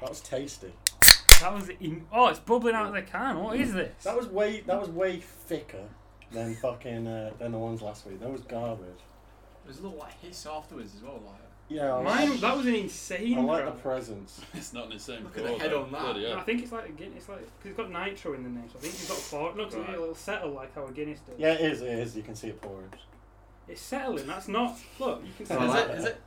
That was tasty. That was in. Oh, it's bubbling out of the can. What is this? That was way that was way thicker than fucking uh, than the ones last week. That was garbage. There's a little like hiss afterwards as well. Like, Yeah, I Mine. like, That was an insane. I like the crowd. presents. It's not in the same Look at colour. the head though. on that. Bloody hell. I think it's like a Guinness. It's like because it's got nitro in the name. So I think it's got four. It looks like Right. it'll settle like how a Guinness does. Yeah, it is. It is. You can see it pouring. It's settling. That's not. Look, you can. Oh, Tell I is like it? that. Is it?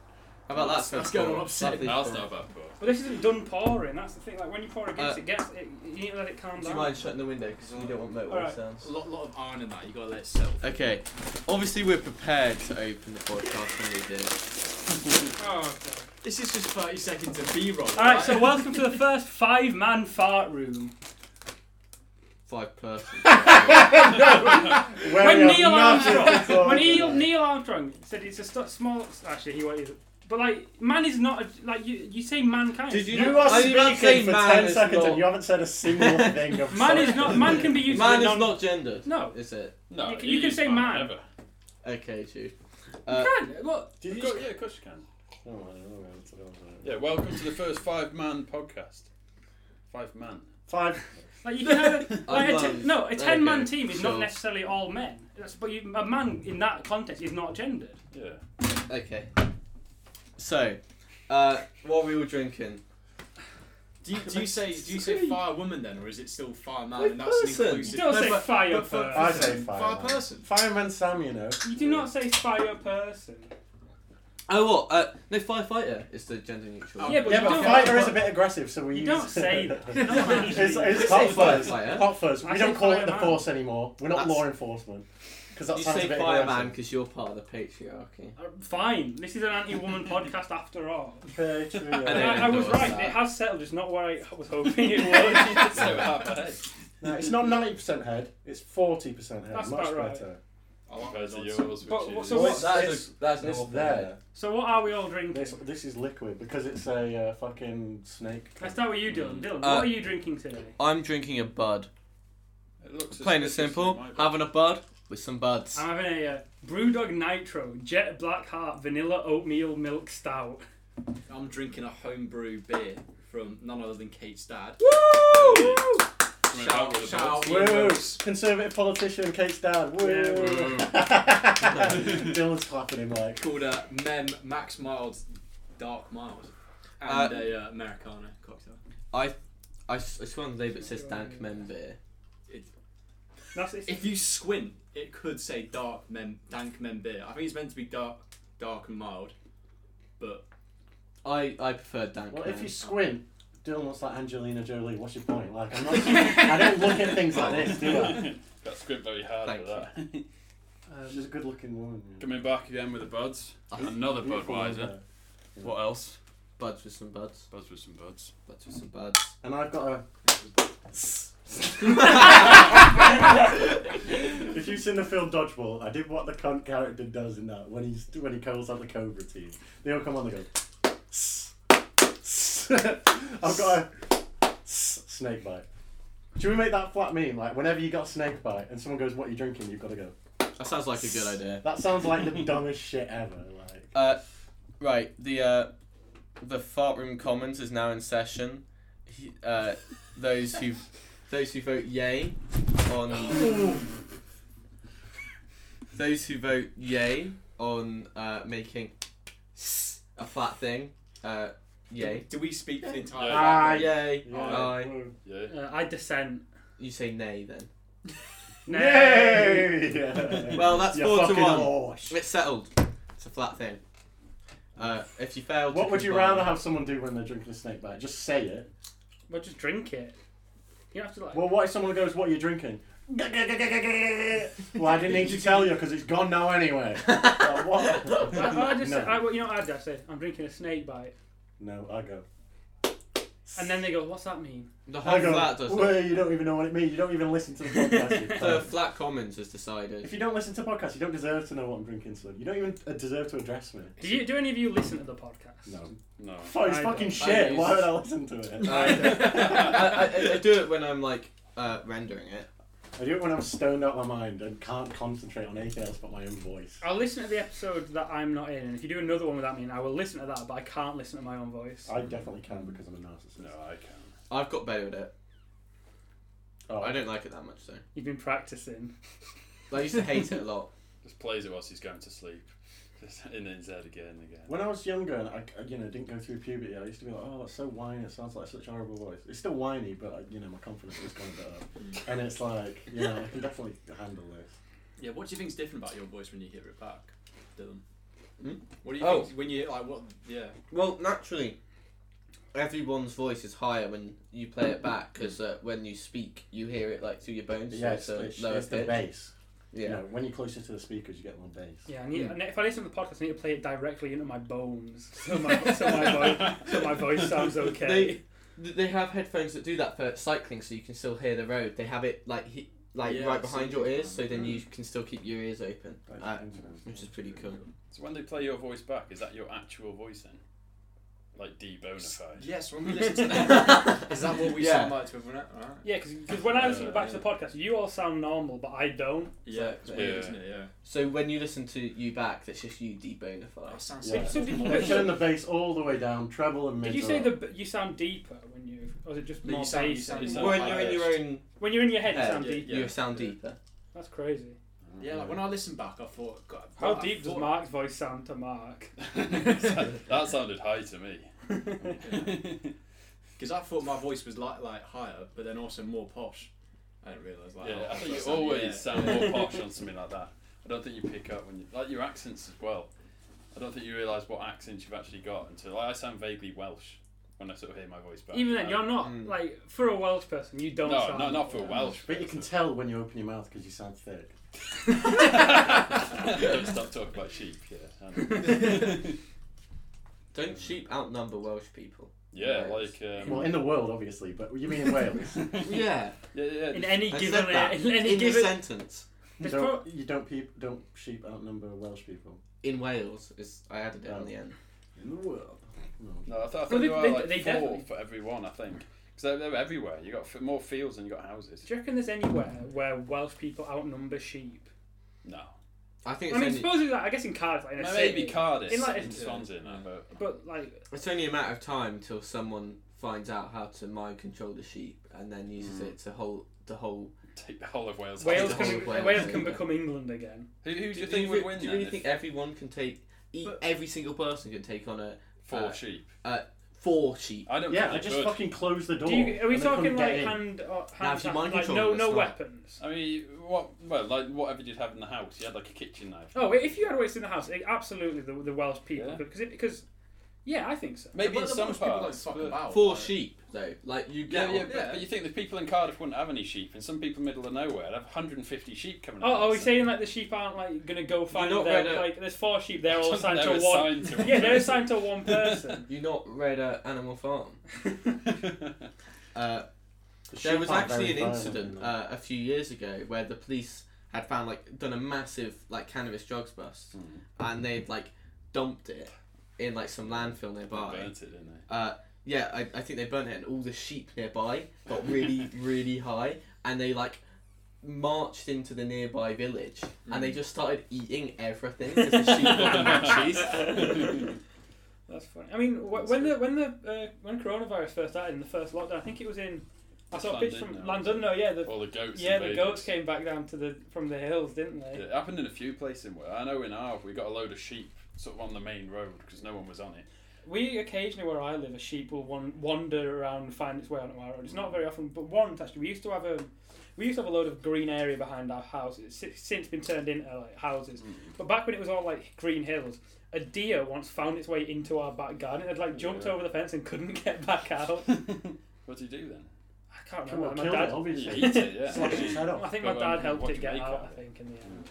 How about that? That's going on Cool. upset. Lovely. I'll start back for. But this isn't done pouring. That's the thing. Like when you pour a Guinness, Uh, it gets. It, you need to let it calm Do down. you mind shutting the window because we don't want motorway Alright. sounds? A lot, lot of iron in that. You gotta let it settle. Okay, obviously we're prepared to open the podcast when we do. Oh, God. This is just 30 seconds of B-roll. All right. So welcome to the first five-man fart room. Five plus. Where when we have Neil nothing to Armstrong, talk when Neil, about. Neil Armstrong said it's a st- small. Actually, he was. But like, man is not a, like you. You say mankind. Did You are I did not say speaking for man ten is seconds not- and you haven't said a single thing. Of Man is something. not. Man can be used. as a Man is non- not gendered. No. Is it? No, You can- you can is say fine, man. Ever. Okay, Chew. You Uh, can. Look, Did you Go- just- yeah, of course you can. Oh, I don't know, I don't know. Yeah, welcome to the first five man podcast. Five man. Five. like you can have a, like a love- ten, no, a there ten-man you go. team is Sure. not necessarily all men. That's, but you, a man in that context is not gendered. Yeah. okay. So, uh, what we were drinking? Do you, do you say do you say fire woman then, or is it still fire man? And that's person. an inclusive. You don't say but- fire but for- person. I say for fire man. person. Fireman Sam, you know. You do not say fire person. Oh, what? Uh, no, firefighter is the gender neutral. Oh, Yeah, but Yeah, you but don't. fighter is a bit aggressive, so we You use. don't say that. No one it's uses it's We hot say fuzz. firefighter. Hot fuzz. I We say don't call it the fireman. force anymore. We're not That's- law enforcement. Because that You sounds say a bit fireman aggressive. because you're part of the patriarchy. Uh, Fine. This is an anti-woman podcast after all. Okay, true, yeah. I And don't I, I was endorse right. that. It has settled. It's not where I was hoping it would. so half a head. No, it's not ninety percent head. It's forty percent head. That's Much about right. better. I like Compared those to odds. yours, But which what- is. so what- that this- is a, that's an This awful there. so what are we all drinking? This this is liquid because it's a uh, fucking snake. Let's start with you, Mm. Dylan. Dylan, Uh, what are you drinking today? I'm drinking a bud. It looks Plain and suspiciously simple, my bad. having a bud with some buds. I'm having a uh, Brewdog Nitro Jet Black Heart Vanilla Oatmeal Milk Stout. I'm drinking a homebrew beer from none other than Kate's dad. Woo! Coming Shout- out with a shout out. buzz. Woo! Yes. Conservative politician Kate's dad. Woo! Yeah, woo. Dylan's clapping him like. Called a Mem Max Mild Dark Mild and a uh, Americano cocktail. I, s- I swear on the label it says Dank Men beer. That's it. If you squint, it could say dark mem dank mem beer. I think it's meant to be dark, dark and mild. But I, I prefer Dank Well, Men. if you squint, Dylan looks like Angelina Jolie. What's your point? Like, I'm not. I don't look at things like this, do I? Got script very hard Thank for that. She's a good-looking woman. yeah. Coming back again with a buds. Uh-huh. Another Beautiful woman, Budweiser. though. What else? Buds with some buds. Buzz with some buds. Buds with some buds. And I've got a. If you've seen the film Dodgeball, I did what the cunt character does in that when he's when he calls out the Cobra team. They all come on and go. "Sss, sss." I've got a sss snake bite. Should we make that flat meme? Like whenever you got a snake bite and someone goes, "What are you drinking?" You've got to go. That sounds like a good idea. That sounds like the dumbest shit ever. Like Uh, right, the uh, the fart room commons is now in session. He, uh, those who those who vote yay on those who vote yay on uh, making a flat thing. Uh, yay. do we speak the entire? Yeah. language? Aye. Yay. yeah. Aye. Yeah. Uh, I dissent. You say nay then. Yay! Yeah. Well, that's You four to fucking one. horse. It's settled. It's a flat thing. Uh, if you fail, to What would you comply- rather have someone do when they're drinking a snake bite? Just say it. Well, just drink it. You have to like. Well, what if someone goes, "What are you drinking?" well, I didn't need to tell you because it's gone now anyway. Like, what? I, I just, no. I, well, you know, what I'd just say I'm drinking a snake bite, no, I go. and then they go, "What's that mean?" The whole I go. flat does it. Well, you don't even know what it means. You don't even listen to the podcast. you The cunt." flat commons has decided. if you don't listen to podcasts, you don't deserve to know what I'm drinking, son. You don't even uh, deserve to address me. Do you? Do any of you listen to the podcast? No. No. Fuck, it's I fucking don't. I shit. use- Why would I listen to it? I, I, I do it when I'm like uh, rendering it. I do it when I'm stoned out of my mind and can't concentrate on anything else but my own voice. I'll listen to the episode that I'm not in, and if you do another one without me, I will listen to that, but I can't listen to my own voice. I definitely can because I'm a narcissist. No, I can. I've got better at it. Oh, I don't like it that much though. You've been practicing. I used to hate it a lot. Just plays it whilst he's going to sleep. Just in his head again and again. When I was younger and I, I, you know, didn't go through puberty, I used to be like, "Oh, that's so whiny. It sounds like such a horrible voice." It's still whiny, but I, you know, my confidence is kind of bit up, and it's like, you know, I can definitely handle this. Yeah, what do you think's different about your voice when you hear it back, Dylan? Hmm? What do you Oh. think when you like what? Yeah, Well, naturally, everyone's voice is higher when you play it back because uh, when you speak, you hear it like through your bones. yeah, it's, so it's it's- a lower it's the pitch. bass. Yeah. You know, when you're closer to the speakers, you get more bass. Yeah, I need, Hmm. and if I listen to the podcast, I need to play it directly into my bones, so my, so my, voice, so my voice sounds okay. Th- They have headphones that do that for cycling, so you can still hear the road. They have it like he, like Yeah, right I've seen behind your these ears, ones. so then you can still keep your ears open, That's uh, interesting. which is pretty cool. So when they play your voice back, is that your actual voice then? Like debonified. Yes, when we listen to that, is that what we Yeah. sound like to everyone? All right. Yeah, because when I listen back to the podcast, you all sound normal, but I don't. Yeah, it's weird, Yeah. isn't it? Yeah. So when you listen to you back, that's just you debonified. sounds Yeah. So did you- They turn the bass all the way down, treble and mid. Did you say that you sound deeper when you, or is it just No, you more sound- you bass? sound- and- you sound- When you're in your own when you're in your head, you head, sound yeah, deeper. you sound deeper. That's crazy. Yeah, like when I listen back, I thought, God, How I deep does thought- Mark's voice sound to Mark? that sounded high to me. Because I thought my voice was like like higher, but then also more posh. I didn't realise like. yeah, how I posh think you sound, always yeah. sound more posh on something like that. I don't think you pick up when you like your accents as well. I don't think you realise what accents you've actually got until like, I sound vaguely Welsh when I sort of hear my voice back. Even then, you're not Mm. like for a Welsh person. You Uh, no, don't. sound no, not for a normal. Welsh. But you can person. tell when you open your mouth because you sound thick. don't stop talking about sheep. Yeah, I know. Don't sheep outnumber Welsh people? yeah, Wales. like um, Well, in the world, obviously, but you mean in Wales? yeah, Yeah, yeah. In just- any I given, said that in any in the given, sentence. you there's don't pro- you don't peop, don't sheep outnumber Welsh people In Wales, is I added it on the end. in the world. No. No, I, th- I Well, think they- there are they- like they four definitely- for every one. I think because they're, they're everywhere. You got f- more fields than you got houses. do you reckon there's anywhere where Welsh people outnumber sheep? No, I think I it's mean, only supposedly, like, I guess in Cardiff, like, in a maybe city, Cardiff in like- and Swansea, Yeah. but but like, it's only a matter of time till someone finds out how to mind control the sheep and then uses it to hold the whole. take the whole of Wales. Wales the whole can of Wales, Wales, can yeah. become England again. Who, who do you Do think would win? Do you then really if think everyone can take? e But- every single person can take on a four uh, sheep? four sheep. I don't. Yeah, I think they just could. fucking closed the door. Do Oh, you, are we and they talking couldn't like get in. hand, or, Now, hand if you mind like control no them, no it's not- weapons? I mean, what? Well, like whatever you'd have in the house. You had like a kitchen knife. Oh, if you had weights in the house, it, absolutely the, the Welsh people Yeah. because because yeah, I think so. Maybe Well, in the some Welsh people don't parts. fuck but- about, Four like- sheep though, like you Yeah, get. yeah, on- but, but you think the people in Cardiff wouldn't have any sheep, and some people middle of nowhere would have 150 sheep coming. Oh, out are we of saying like the sheep aren't like gonna go find not their read it. like? There's four sheep. They're all assigned They're to one. assigned to yeah, one they're assigned to one person. You not read uh, Animal Farm? Uh, The there sheep was aren't actually an very violent, incident you know. uh, a few years ago where the police had found like done a massive like cannabis drugs bust, Hmm. and they'd like dumped it in like some landfill They nearby. burnt it, didn't they? Uh, yeah, I, I think they burnt it, and all the sheep nearby got really really high, and they like marched into the nearby village, and they just started eating everything because the sheep got the munchies. That's funny. I mean, wh- when the when the uh, when coronavirus first started in the first lockdown, I think it was in. I saw a picture from London, Londonderry. Yeah, the All the goats. yeah the invaded. goats came back down to the from the hills, didn't Yeah, they? It happened in a few places. In, I know in Arve we got a load of sheep sort of on the main road because no one was on it. We occasionally, where I live, a sheep will wan- wander around and find its way onto our road. It's not very often, but once actually, we used to have a we used to have a load of green area behind our house. It's si- since been turned into like houses, but back when it was all like green hills, a deer once found its way into our back garden. It had like jumped Yeah. over the fence and couldn't get back out. What do you do then? I can't Come on, remember. My kill it, dad, You obviously. eat it, yeah. Slash its head I off. think my But, dad um, helped what it do get you make out. out I of think in the end.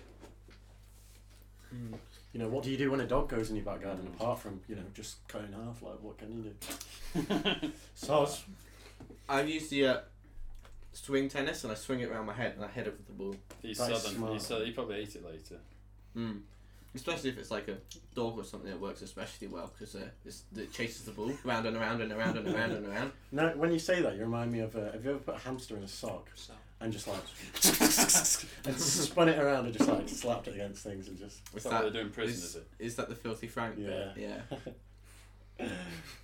You know, what do you do when a dog goes in your back garden apart from, you know, just cut in half? Like, what can you do? Sauce. I've used the uh, swing tennis, and I swing it around my head, and I head over the ball. He's That is southern. smart. He's southern. He probably ate it later. Mm. Especially if it's like a dog or something, it works especially well because uh, it's, it chases the ball round and around and around and around and around. No, when you say that, you remind me of. Uh, have you ever put a hamster in a sock? and just like and spun it around and just like slapped it against things and just What's That's not what they that? do in prison, is- is it? Is that the filthy Frank? yeah. bit? Yeah.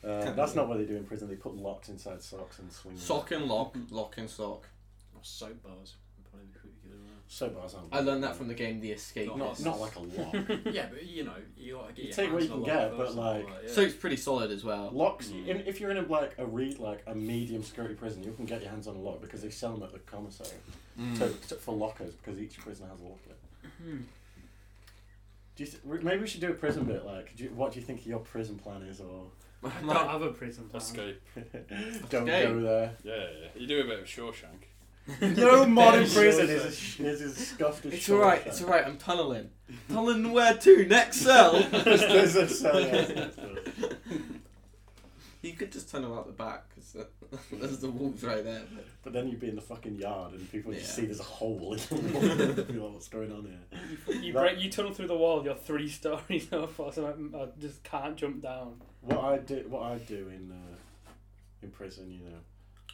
Uh, that's not what they do in prison. They put locks inside socks and swing. them. Sock and lock, lock and sock. Or soap bars. would Probably be pretty good as well. So bars aren't. I learned that from the game The Escape. Not not like a lock. yeah, but you know, you like to get You your take what hands you can on a lot get, of but, us and all like- that, yeah. Soap's pretty solid as well. Locks. Mm. In, if you're in a like a read like a medium security prison, you can get your hands on a lock because they sell them at the commissary. Hmm. So, so for lockers, because each prison has a locker. Do you th- we- maybe we should do a prison bit. Like, do you, what do you think your prison plan is, or I don't have a prison plan. Escape. don't Okay. go there? Yeah, yeah, yeah. You do a bit of Shawshank. No modern There's prison yours, is as, sh- is as scuffed as. It's alright, it's alright, I'm tunneling. tunneling where to? Next cell! There's a cell, yeah. you could just tunnel out the back, because there's the walls right there. But then you'd be in the fucking yard and people Yeah. just see there's a hole in the wall. They'd be like, What's going on here? You That- break, you tunnel through the wall. You're three stories up, or something. I just can't jump down. What I do, what I do in uh, in prison, you know,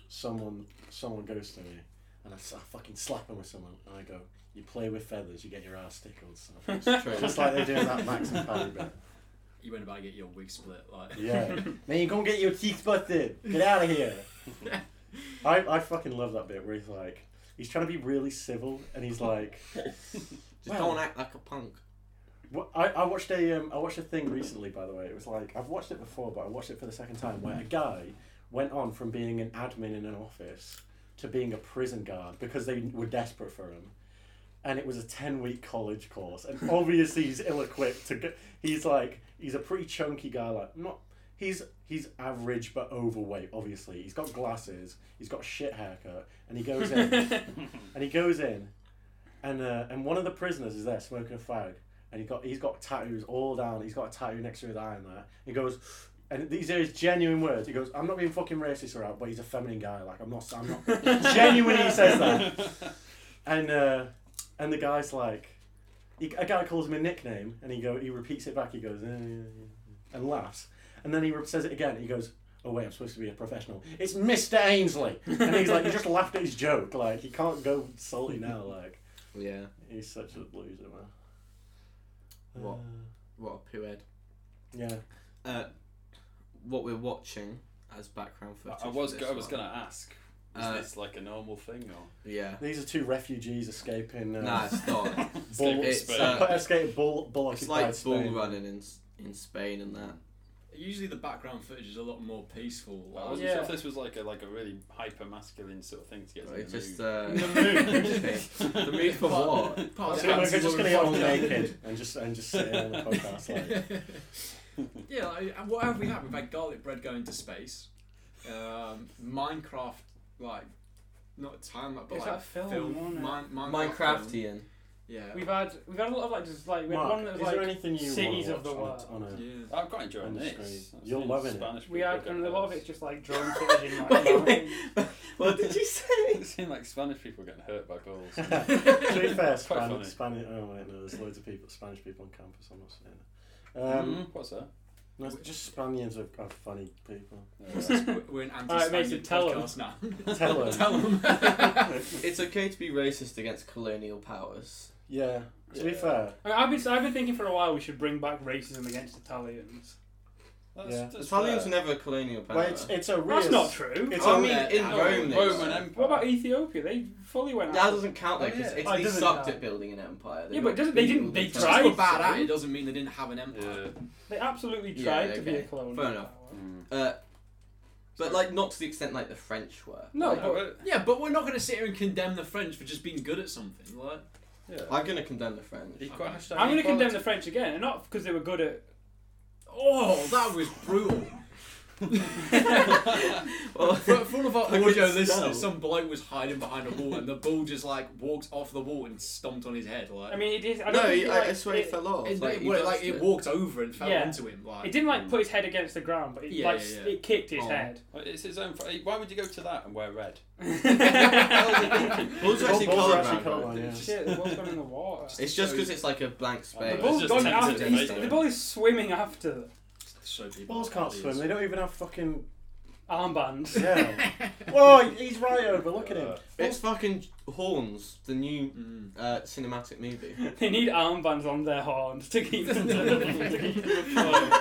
someone someone goes to me and I, s- I fucking slap him with someone and I go, "You play with feathers, you get your ass tickled." So. It's true. Just like they do in that Max and Paddy bit. You went about to get your wig split, like. Yeah. Man, you gonna get your teeth busted. Get out of here. I, I fucking love that bit where he's like, he's trying to be really civil and he's like, Just Well- don't act like a punk. What, I, I watched a um, I watched a thing recently, by the way. It was like I've watched it before, but I watched it for the second time, where a guy went on from being an admin in an office to being a prison guard because they were desperate for him, and it was a ten week college course, and obviously he's ill equipped to get. He's like he's a pretty chunky guy, like not. He's he's average but overweight. Obviously, he's got glasses. He's got a shit haircut, and he goes in and he goes in, and uh, and one of the prisoners is there smoking a fag, and he got he's got tattoos all down. He's got a tattoo next to his eye in there. He goes, and these are his genuine words. He goes, "I'm not being fucking racist or out, but he's a feminine guy. Like I'm not, I'm not genuinely he says that." And uh, and the guy's like, he, a guy calls him a nickname, and he go he repeats it back. He goes, "Eh, eh, eh, eh," and laughs, and then he re- says it again. And he goes. Oh wait, I'm supposed to be a professional. It's Mr. Ainsley, and he's like, he just laughed at his joke. Like he can't go salty now. Like Yeah, He's such a loser, man. What? Uh, what a poo head. yeah. Uh, what we're watching as background footage. I was for go- this I was one. gonna ask. Is Uh, this like a normal thing or? Yeah. These are two refugees escaping. Uh, Nah, it's not. Bull, Escape it's, Spain. uh, escaping bull, bull it's occupied like bull Spain. running in S- in Spain and that. Usually the background footage is a lot more peaceful. I Like, wasn't sure yeah. if this was like a like a really hyper masculine sort of thing to get. us in It's the just mood. uh, The mood. the mood for Part- what? part of So the we're just gonna get all anti-war naked and just and just sit here on the podcast. Like, yeah, like, and what have we had? We've had garlic bread going to space, um, Minecraft, like not time, but It's like that film, film wasn't Min- Minecraft. film. Minecraftian. Yeah. We've had we've had a lot of like just like we had Mark, one that is was like there anything you cities wanna of the watch on, a- on a? yeah. I'm quite enjoying on the this. screen. That's You're in loving it. Spanish we people had get and a lot of hurt. it's just like drone footage in like Wait, mountains. wait. What did you say? It seemed like Spanish people getting hurt by balls. to be fair, funny. Spanish, Spanish. Oh wait, no, there's loads of people, Spanish people on campus. I'm not saying. That. Um, Mm, What's that? Mm-hmm. no, it's just Spaniards are, are funny people. Yeah. We're- We're an Alright, Mason, anti-Spaniard tell 'em. podcast now. Tell 'em. tell 'em. It's okay to be racist against colonial powers. Yeah. To be Yeah. fair, I mean, I've been I've been thinking for a while we should bring back racism against Italians. That's, Yeah. that's Italians were fair. never a colonial power. well, it's it's a real. That's not true. It's I a- mean, in Yeah, Rome, they Roman were. Empire. what about Ethiopia? They fully went That out. doesn't count though, because Oh, yeah. Italy Oh, it doesn't sucked count. at building an empire. Yeah, but got doesn't- they beat didn't- all they the Just time. tried. because we're bad at so- it doesn't mean they didn't have an empire. Yeah. They absolutely Yeah, tried to be a okay. clone. Fair enough. Mm. Uh, but like not to the extent like the French were. No, Like, but Yeah, but we're not going to sit here and condemn the French for just being good at something. Like, yeah. I'm gonna condemn the French. Equal- hashtag I'm going to condemn equality. the French again, and not because they were good at. oh, that was brutal. Well, For, for all of our I could audio smell. listeners, some bloke was hiding behind a wall, and the ball just like walked off the wall and stomped on his head. Like, I mean, it is. I don't no, think he- it, I, like, I swear he it- fell off. it, like, it- he well, like, bounced it it. walked over and fell Yeah. into him. Like, It didn't like put his head against the ground, but it Yeah, like yeah, yeah. it kicked his Oh. head. Well, It's his own. fa- Why would you go to that and wear red? Bulls are actually Bulls are actually colourblind, colourblind, aren't they? yeah. Shit, the ball's gone in the water. It's just because it's like a blank The space. ball- ball's just gone tempted after. to he's- make The it. ball is swimming after. So people Balls are can't idiots. swim. They don't even have fucking armbands. Yeah. Whoa, he's right over. Look at him. Uh, It's fucking Horns, the new Mm. uh, cinematic movie. They need armbands on their horns to keep them. to keep them afloat.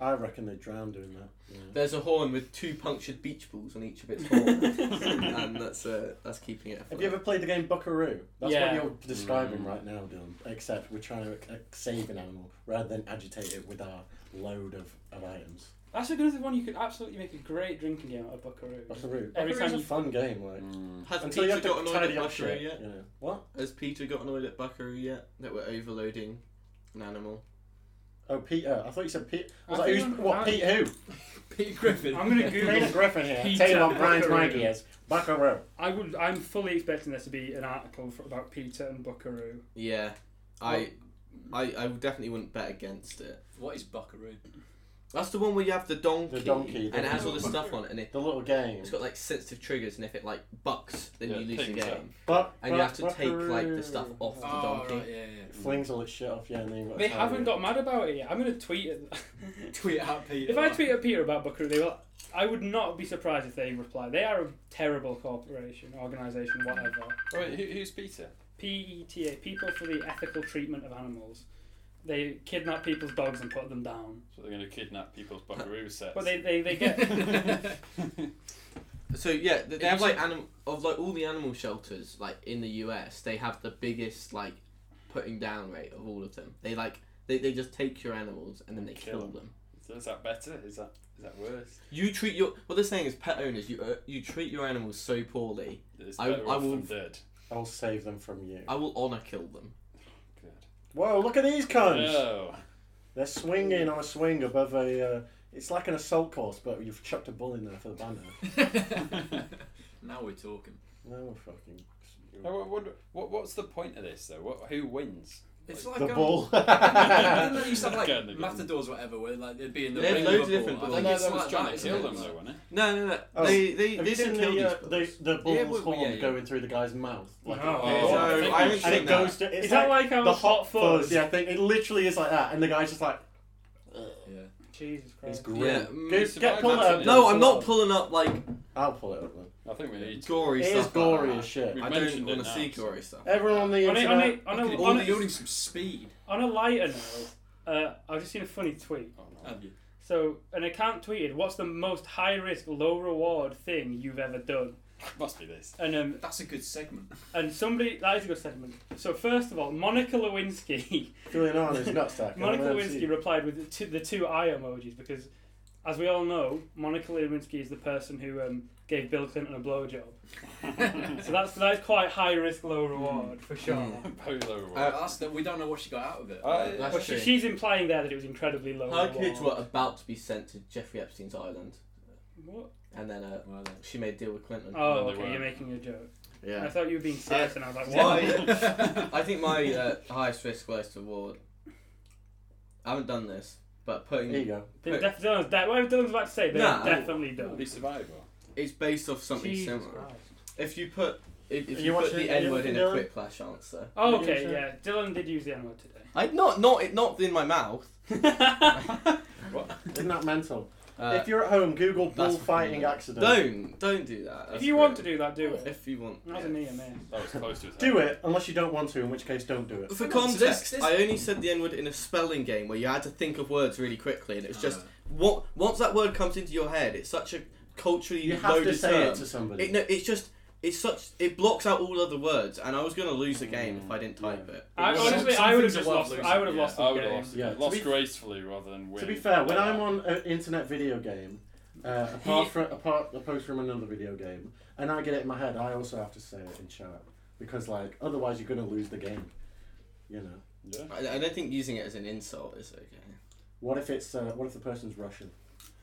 I reckon they drowned doing that. Yeah. There's a horn with two punctured beach balls on each of its horns, and that's uh, that's keeping it. Have you ever played the game Buckaroo? That's Yeah. what you're describing Mm. right now, Dylan. Except we're trying to uh, save an animal rather than agitate it with our load of, of items. That's another one you could absolutely make a great drinking game out of Buckaroo. Buckaroo. Every Buckaroo's time a you- fun game, like. mm. Has Until you Peter have to got annoyed tidy at up Buckaroo shit. yet? You know. What? Has Peter got annoyed at Buckaroo yet that we're overloading an animal? Oh, Peter. I thought you said Pete. I was I like, think who's, I'm- what, I- Pete who? Pete Griffin. I'm gonna Google- Peter Griffin here. Peter Tell you what Brian's Buckaroo. Maggie is. Buckaroo. I would. I'm fully expecting there to be an article for, about Peter and Buckaroo. Yeah, I, I, I definitely wouldn't bet against it. What is Buckaroo? That's the one where you have the donkey, donkey, and it has donkey. all the stuff on it, and it, The little game. it's got like sensitive triggers, and if it like bucks, then Yeah, you lose the pings game, up. Buck, and you have to take like Buckaroo. the stuff off the Oh, donkey. right, yeah, uh, It flings all its shit off you, and then you've got to They tidy haven't it. got mad about it yet. I'm gonna tweet it. yeah. Tweet out Peter. if I tweet at Peter about Buckaroo, they will. I would not be surprised if they reply. They are a terrible corporation, organisation, whatever. Oh, wait, who, who's Peter? PETA, People for the Ethical Treatment of Animals. They kidnap people's dogs and put them down. So they're going to kidnap people's buckaroo sets. But they, they, they get. So yeah, th- they It have used like anim- of like all the animal shelters like in the US, they have the biggest like putting down rate of all of them. They like they, they just take your animals and then they Kill kill, them. them. So is that better? Is that is that worse? You treat your what they're saying is pet owners you uh, you treat your animals so poorly. It's I- better I off will- than dead. I'll save them from you. I will honor kill them. Good. Whoa, look at these cunts! No. They're swinging on a swing above a. Uh, it's like an assault course, but you've chucked a bull in there for the banner. now we're talking. No fucking. No, what, what, what, what's the point of this though? What, who wins? It's like The um, bull. Didn't they used to have Again, like again. matadors, or whatever, where like they'd be in the They had ring loads of with a different bull. bulls. I think No, it's that was like trying that, to isn't kill it? them though, wasn't it? No, no, no. Oh, they they, Have they you seen didn't kill the, uh, these the, birds. the bull's Yeah, well, horn yeah, yeah. going through the guy's mouth? Like, No. it's Oh, like- I think I haven't we've and seen it that. goes to. It's Is that like like um, the hot fuzz? fuzz? Yeah, thing. It literally is like that, and the guy's just like, Yeah. Jesus he's Christ. grim. Yeah, Get- mm, get pulled that's up. it. No, pull I'm it not up. pulling up like I'll pull it up. Then. I think we need. gory It is stuff. gory like that. as shit. We've I mentioned it don't want to now, see so- gory stuff. Everyone on the On a, on internet. a, on a, All on the a, building some speed. on a lighter note, uh, I've just seen a funny tweet. Oh, no. Have you? So, an account tweeted, What's the most high risk, low reward thing you've ever done? Must be this. And um, That's a good segment. and somebody, that is a good segment. So, first of all, Monica Lewinsky. Julian Arnold's nutsack. Monica I've never Lewinsky seen- replied with the two, the two eye emojis because, as we all know, Monica Lewinsky is the person who um, gave Bill Clinton a blowjob. so that's that's quite high risk, low Hmm. reward for sure. Polo. Uh, That's that. We don't know what she got out of it. I- That's But she, true. she's implying there that it was incredibly low Her reward. kids were about to be sent to Jeffrey Epstein's island, What? and then uh, Well, then. she made a deal with Clinton. Oh, No, they okay, weren't. you're making a joke. I yeah. Uh, thought you were being serious, and I was like, Why? what? I think my uh, highest risk, lowest reward. I haven't done this, but putting Here you go. They def- Dylan's de- whatever Dylan's about to say, they Nah. definitely That'll done. be survival. it's based off something Jesus similar. Christ. If you put if, if Are you, you put watching- the are you N word in watching a Dylan? quick flash answer, Oh, Are you okay, sure? yeah. Dylan did use the N word today. I not not it not in my mouth. Isn't that mental? Uh, if you're at home, Google that's bullfighting fucking- accident. don't don't do that. if That's you want to great. do that, do it. if you want. Not yeah. a me, a man. That was close to his Do it unless you don't want to, in which case don't do it. For Hang on, so this- context, this- I only said the N word in a spelling game where you had to think of words really quickly, and it was just Ah. what once that word comes into your head, it's such a culturally You have to loaded say term. it to somebody. It, no, it's just it's such it blocks out all other words, and I was gonna lose the game if I didn't Mm, type it. I, Well, honestly, some I would have things just are worth lost. losing, I would have yeah. lost. I would the have game. lost. Yeah, Yeah, to lost be- gracefully rather than win. to be fair, when I'm on an internet video game, uh, apart from apart apart from another video game, and I get it in my head, I also have to say it in chat because like otherwise you're gonna lose the game. You know, Yeah. I, I don't think using it as an insult is okay. what if it's uh, what if the person's Russian?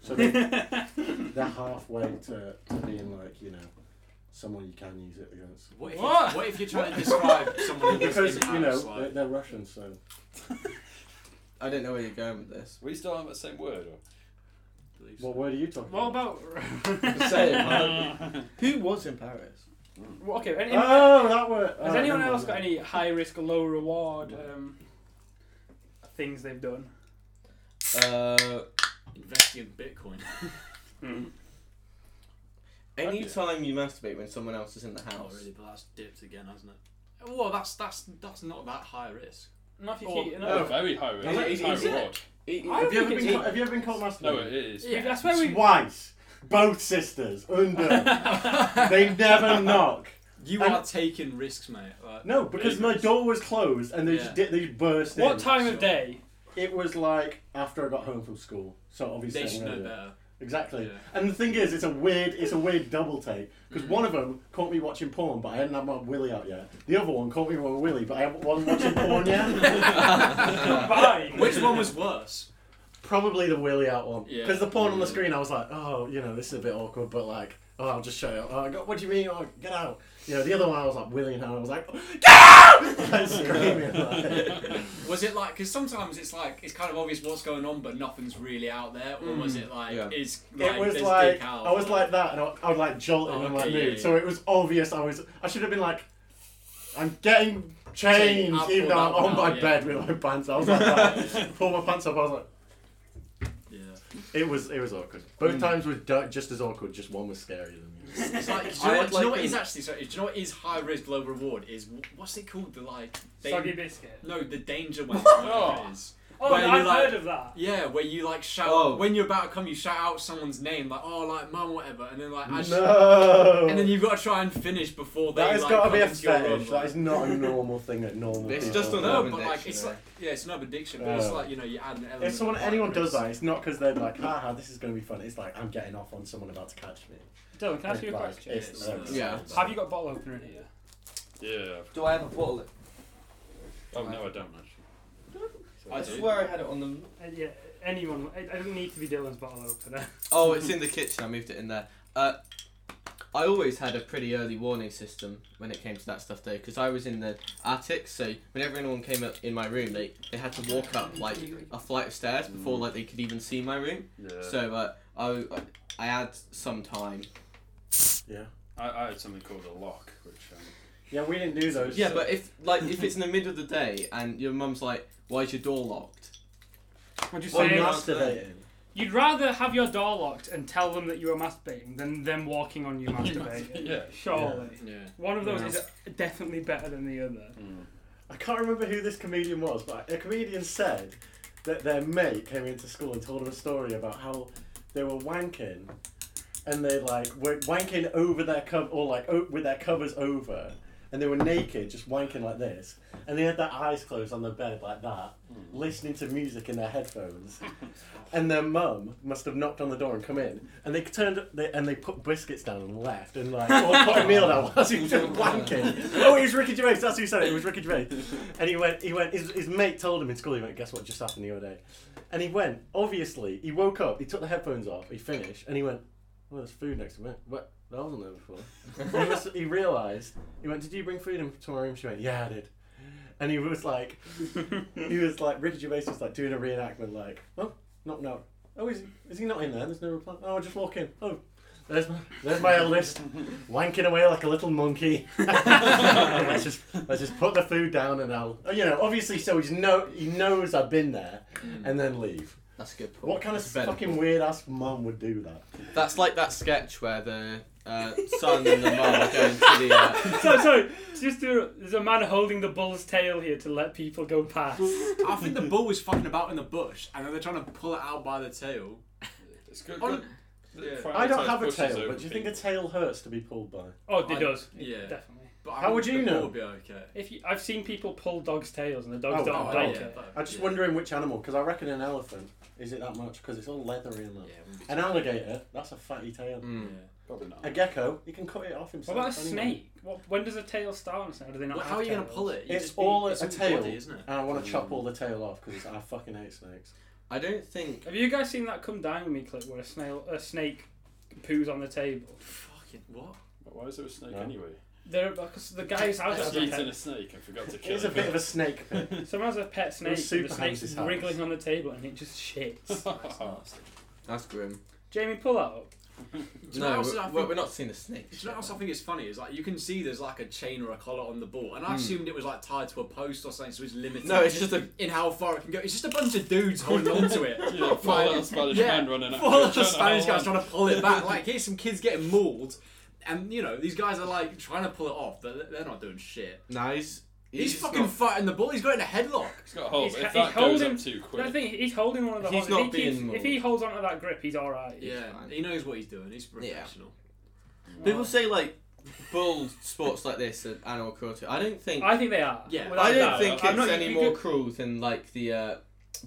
So they, they're halfway to, to being like you know someone you can use it against. What if, What? You, what if you're trying to describe someone who Because doesn't you know have they're, like, they're Russian, so I don't know where you're going with this. We still have the same word, or beliefs? what word are you talking? What about? about? Who was in Paris? Well, okay. Any, Oh, that word. has Oh, I anyone remember else got now. any high risk, low reward um, things they've done? Uh, Investing in Bitcoin. Mm. Anytime you masturbate when someone else is in the house. Oh, really, but that's dipped again, hasn't it? Well, that's that's that's not that high risk. Not if you Or- keep. Oh, No. very high risk. Is it- high is it? reward. It- I Have don't you ever think been it's- caught, have you ever been caught masturbating? No, it is. Yeah. That's where we. Twice. Both sisters. Under. they never knock. You And- are taking risks, mate. Like, No, because my door was closed and they just Yeah. did, they burst in. What time of Sure. day? It was like after I got home from school. So obviously they I should wanted know it. better. Exactly. Yeah. And the thing is, it's a weird, it's a weird double take because Mm-hmm. one of them caught me watching porn, but I hadn't had my willy out yet. The other one caught me with a willy, but I wasn't watching porn yet. Combined. Which one was worse? Probably the willy out one Yeah. Mm. because the porn on the Yeah. screen, I was like, oh, you know, this is a bit awkward, but like, oh, I'll just show you. Oh, God, what do you mean? Oh, get out. You know, the other one, I was like willing out. I was like, get out! like, screaming. like. Was it like? Because sometimes it's like it's kind of obvious what's going on, but nothing's really out there. Or was it like Mm. Yeah. is like It was there's like dick out? I was like that, and I, I would like jolt Oh, in okay, my yeah, mood. yeah. So it was obvious. I was. I should have been like, I'm getting changed, I've even though I'm pulled on up my now, yeah. bed with my pants. I was like, that. pull my pants up. I was like, Yeah. it was it was awkward. Both times were du- just as awkward. Just one was scarier than the other. It's like, do you I know, would do you know like what is them- actually? Sorry, do you know what is high risk, low reward? Is wh- what's it called? The like, dan- Soggy biscuit. no, the danger one. whatever it is. Oh, Where you I've like- heard of that. Yeah, where you like shout Oh. when you're about to come, you shout out someone's name like, oh, like mum, whatever, and then like, as- no. and then you've got to try and finish before they. that has like, got to come be a into your room, fetish. like- That is not a normal thing that normal. It's people just do. an No, urban but like it's dictionary. like yeah, it's an urban diction, but it's Yeah. like you know you add an element. If someone of high anyone does risk. that, it's not because they're like, haha, this is going to be fun. It's like I'm getting off on someone about to catch me. Dylan, can I ask you a Like, question? it's- Yeah. Yeah. Have you got a bottle opener in here? Yeah. Do I have a bottle? Oh no, I don't actually. I do. swear I had it on the. Uh, yeah, anyone. It it doesn't need to be Dylan's bottle opener. Oh, it's in the kitchen. I moved it in there. Uh, I always had a pretty early warning system when it came to that stuff, though, because I was in the attic. So whenever anyone came up in my room, they they had to walk up like a flight of stairs before like they could even see my room. Yeah. So uh, I I had some time. Yeah. I, I had something called a lock, which um, Yeah, we didn't do those. Yeah, but if like if it's in the middle of the day and your mum's like, "Why is your door locked?" Would you Or Well, say you you'd, ask- masturbating. rather have your door locked and tell them that you were masturbating than them walking on you masturbating? yeah. Surely. Yeah. One of those Yeah. is definitely better than the other. Mm. I can't remember who this comedian was, but a comedian said that their mate came into school and told him a story about how they were wanking and they like were wanking over their cover or like o- with their covers over and they were naked just wanking like this and they had their eyes closed on their bed like that listening to music in their headphones and their mum must have knocked on the door and come in and they turned they, and they put biscuits down and left and like or put a meal down whilst he was just wanking oh it was Ricky Gervais that's who said it it was Ricky Gervais and he went he went his, his mate told him in school he went guess what just happened the other day and he went obviously he woke up he took the headphones off he finished and he went well, there's food next to me. What? That wasn't there before. he, was- he realised. He went, "Did you bring food in to my room?" She went, "Yeah, I did." And he was like, he was like, Ricky Gervais was like doing a reenactment, like, "Oh, not now. Oh, is he, is he not in there? There's no reply. Oh, I'll just walk in. Oh, there's my there's my eldest, wanking away like a little monkey. let's just let's just put the food down and I'll, you know, obviously, so he's no he knows I've been there, and then leave. That's a good. Point. What kind of That's better. fucking weird ass mum would do that? That's like that sketch where the uh, son and the mum are going to the. Uh, so, sorry, just to, there's a man holding the bull's tail here to let people go past. I think the bull was fucking about in the bush, and then they're trying to pull it out by the tail. It's good. On- good Yeah. prioritize I don't have a pushes tail, over but do you think a things. tail hurts to be pulled by? Oh, it I- does. yeah. Definitely. But I How would think you the know? Bull would be okay. If you, I've seen people pull dogs' tails and the dogs Oh, don't oh, like yeah. it. I'm just yeah. wondering which animal, because I reckon an elephant is it that much because it's all leathery and that. Yeah, it wouldn't be An alligator, that's a fatty tail. Hmm. mm. Probably not. A gecko, he can cut it off What himself. about a anyway. snake? What, when does a tail start on a snake? Do they not Well, have how are you going to tails? pull it? You It's just be- all a all tail, body, isn't it? Mm. and I want to chop all the tail off because I fucking hate snakes. I don't think. Have you guys seen that "Come Down with Me" clip where a snail, a snake, poos on the table? Fucking what? But why is there a snake No. anyway? There, because the guy's house I has was a eating pet. a snake and forgot to It kill is a it. bit of a snake pit. Someone has a pet snake. was And the Super snake's Hans's house. wriggling on the table and it just shits. That's nasty. That's grim. Jamie, pull that up. Do you know No, what else we're, I we're- think- we're not seeing the snake. Do you know what else I think is funny? Is like you can see there's like a chain or a collar on the ball, and I Hmm. assumed it was like tied to a post or something, so it's limited. No, it's just a. in how far it can go. It's just a bunch of dudes holding onto it. Yeah, full Like, little Spanish yeah, man running. Full after it, little trying to Spanish hold guys on. trying to pull it back. Like here's some kids getting mauled, and you know these guys are like trying to pull it off, but they're not doing shit. Nah, he's. He's, just fucking not- fighting the ball. He's got in a headlock. He's got a hold. He's- he's If that goes holding- up too But I quick, think he's holding one of the. He's hol- not if, he keeps- being if he holds onto that grip, he's all right. Yeah, fine. he knows what he's doing. He's Yeah. professional. People say like bull sports like this are animal cruelty. I don't think. I think they are. Yeah. Without I a doubt. don't think I'm it's not- any you more could- cruel than like the uh,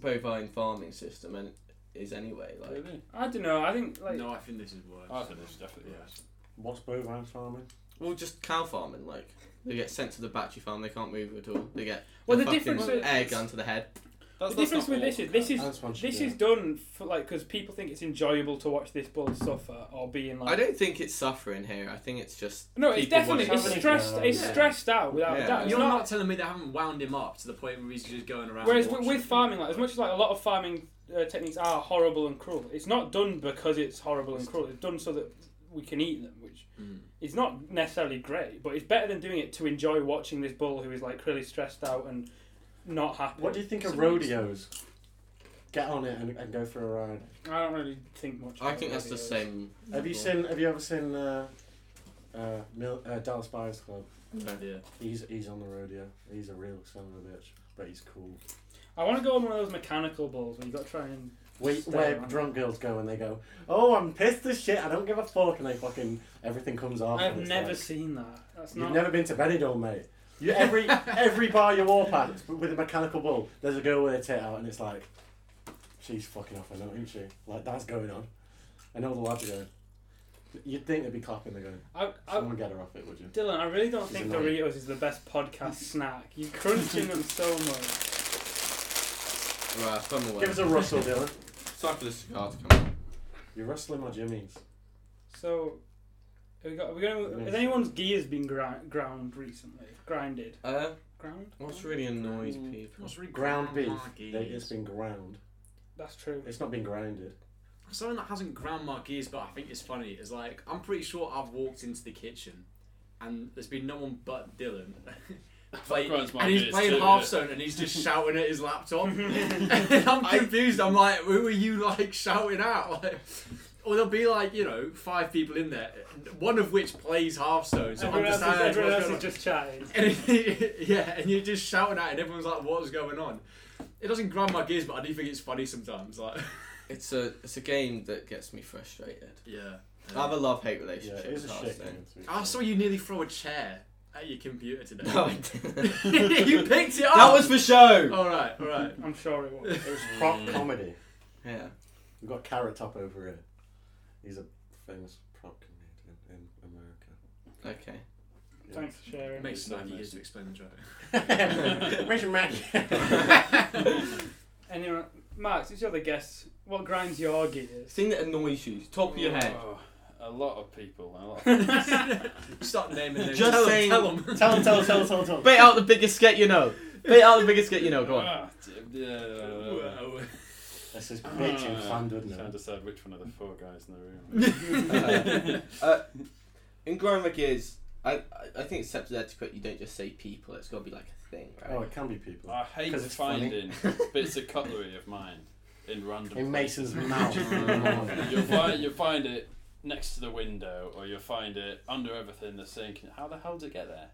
bovine farming system and is anyway. Like Really? I don't know. I think like no, I think this is worse. I think it's definitely Yeah. worse. What's bovine farming? well, just cow farming. Like they get sent to the battery farm, they can't move at all. They get Well, the the fucking difference is- air gun to the head. That's, the that's difference not with this awful. is this is That's one should this do. is done for like because people think it's enjoyable to watch this bull suffer or being like. I don't think it's suffering here. I think it's just no, it's people definitely watch- it's stressed. Yeah. It's stressed out without Yeah. a doubt. It's You're not- not, telling me they haven't wound him up to the point where he's just going around. Whereas with, watching. with farming, like as much as like a lot of farming uh, techniques are horrible and cruel, it's not done because it's horrible and cruel. It's done so that we can eat them, which Mm. is not necessarily great, but it's better than doing it to enjoy watching this bull who is like really stressed out and not happy. What do you think of Some- rodeos? Get on it and, and go for a ride. I don't really think much. I about think that's the rodeos. same. Have you level. seen? Have you ever seen uh, uh, Mil- uh, Dallas Buyers Club? Yeah. He's he's on the rodeo. He's a real son of a bitch, but he's cool. I want to go on one of those mechanical bulls where you got to try and. We, Stay where on. drunk girls go and they go, "Oh, I'm pissed as shit. I don't give a fuck," and they fucking everything comes off. I've and it's never like, seen that. That's You've not. never been to Benidorm, mate. You, every every bar you walk at but with a mechanical bull, there's a girl with her tit out, and it's like, she's fucking off, I know, isn't she? Like that's going on, and all the lads are going. You'd think they'd be clapping. They're going, I, I, "Someone get her off it, would you?" Dylan, I really don't It's think annoying. Doritos is the best podcast snack. You're crunching them so much. Right, from the way. Give us a rustle, Dylan. It's time for the cigar to come. out. You're rustling my jimmies. So, have we got, are we gonna, has anyone's gears been ground, ground recently? Grinded? Uh, Ground? what's really annoys Mm. people? What's really Ground beef. Marquis? They, it's been ground. That's true. It's not been grounded. Something that hasn't ground my gears, but I think is funny is like I'm pretty sure I've walked into the kitchen, and there's been no one but Dylan. Play- grinds my and he's gears playing too, yeah. Hearthstone, and he's just shouting at his laptop. and I'm confused. I'm like, who are you like shouting out? Like, or there'll be like you know five people in there, one of which plays Hearthstone. So I'm everyone else, just, is, like, everyone what's else going is on? just chatting. And yeah, and you're just shouting out, and everyone's like, "What's going on?" It doesn't grind my gears, but I do think it's funny sometimes. Like, It's a it's a game that gets me frustrated. yeah. I have a love hate Yeah, relationship it is with a shit. eh? Hearthstone. game, to be I fair. saw you nearly throw a chair at your computer today. No, I didn't. you picked it up. that was for show. all right, all right. I'm sure it was. It was prop comedy. Yeah. We've got Carrot Top over here. He's a famous prop comedian in America. Okay. Yeah. Thanks for sharing. Makes ninety years to explain the joke. Where's your Mac? Anyway, Max, it's your other guest. What grinds your gears? Thing that annoys you, top of your head. Oh, a lot of people. A lot of things. Start naming names. Just tell saying- Them, tell them. tell, tell, tell, tell, tell. Bait out the biggest get you know. Bait out the biggest get you know. Go on. Ah, d- yeah. Whoa. This is way too Ah, planned, wouldn't Trying to it? decide which one of the four guys in the room. Uh, In growing my gears, I I- I think it's accepted etiquette. You don't just say people. It's got to be like a thing, Oh, right? it can be people. Ah. I hate 'Cause it's funny. finding bits of cutlery of mine in random. In Mason's places. mouth. you'll find you find it next to the window, or you'll find it under everything in the sink. How the hell did it get there?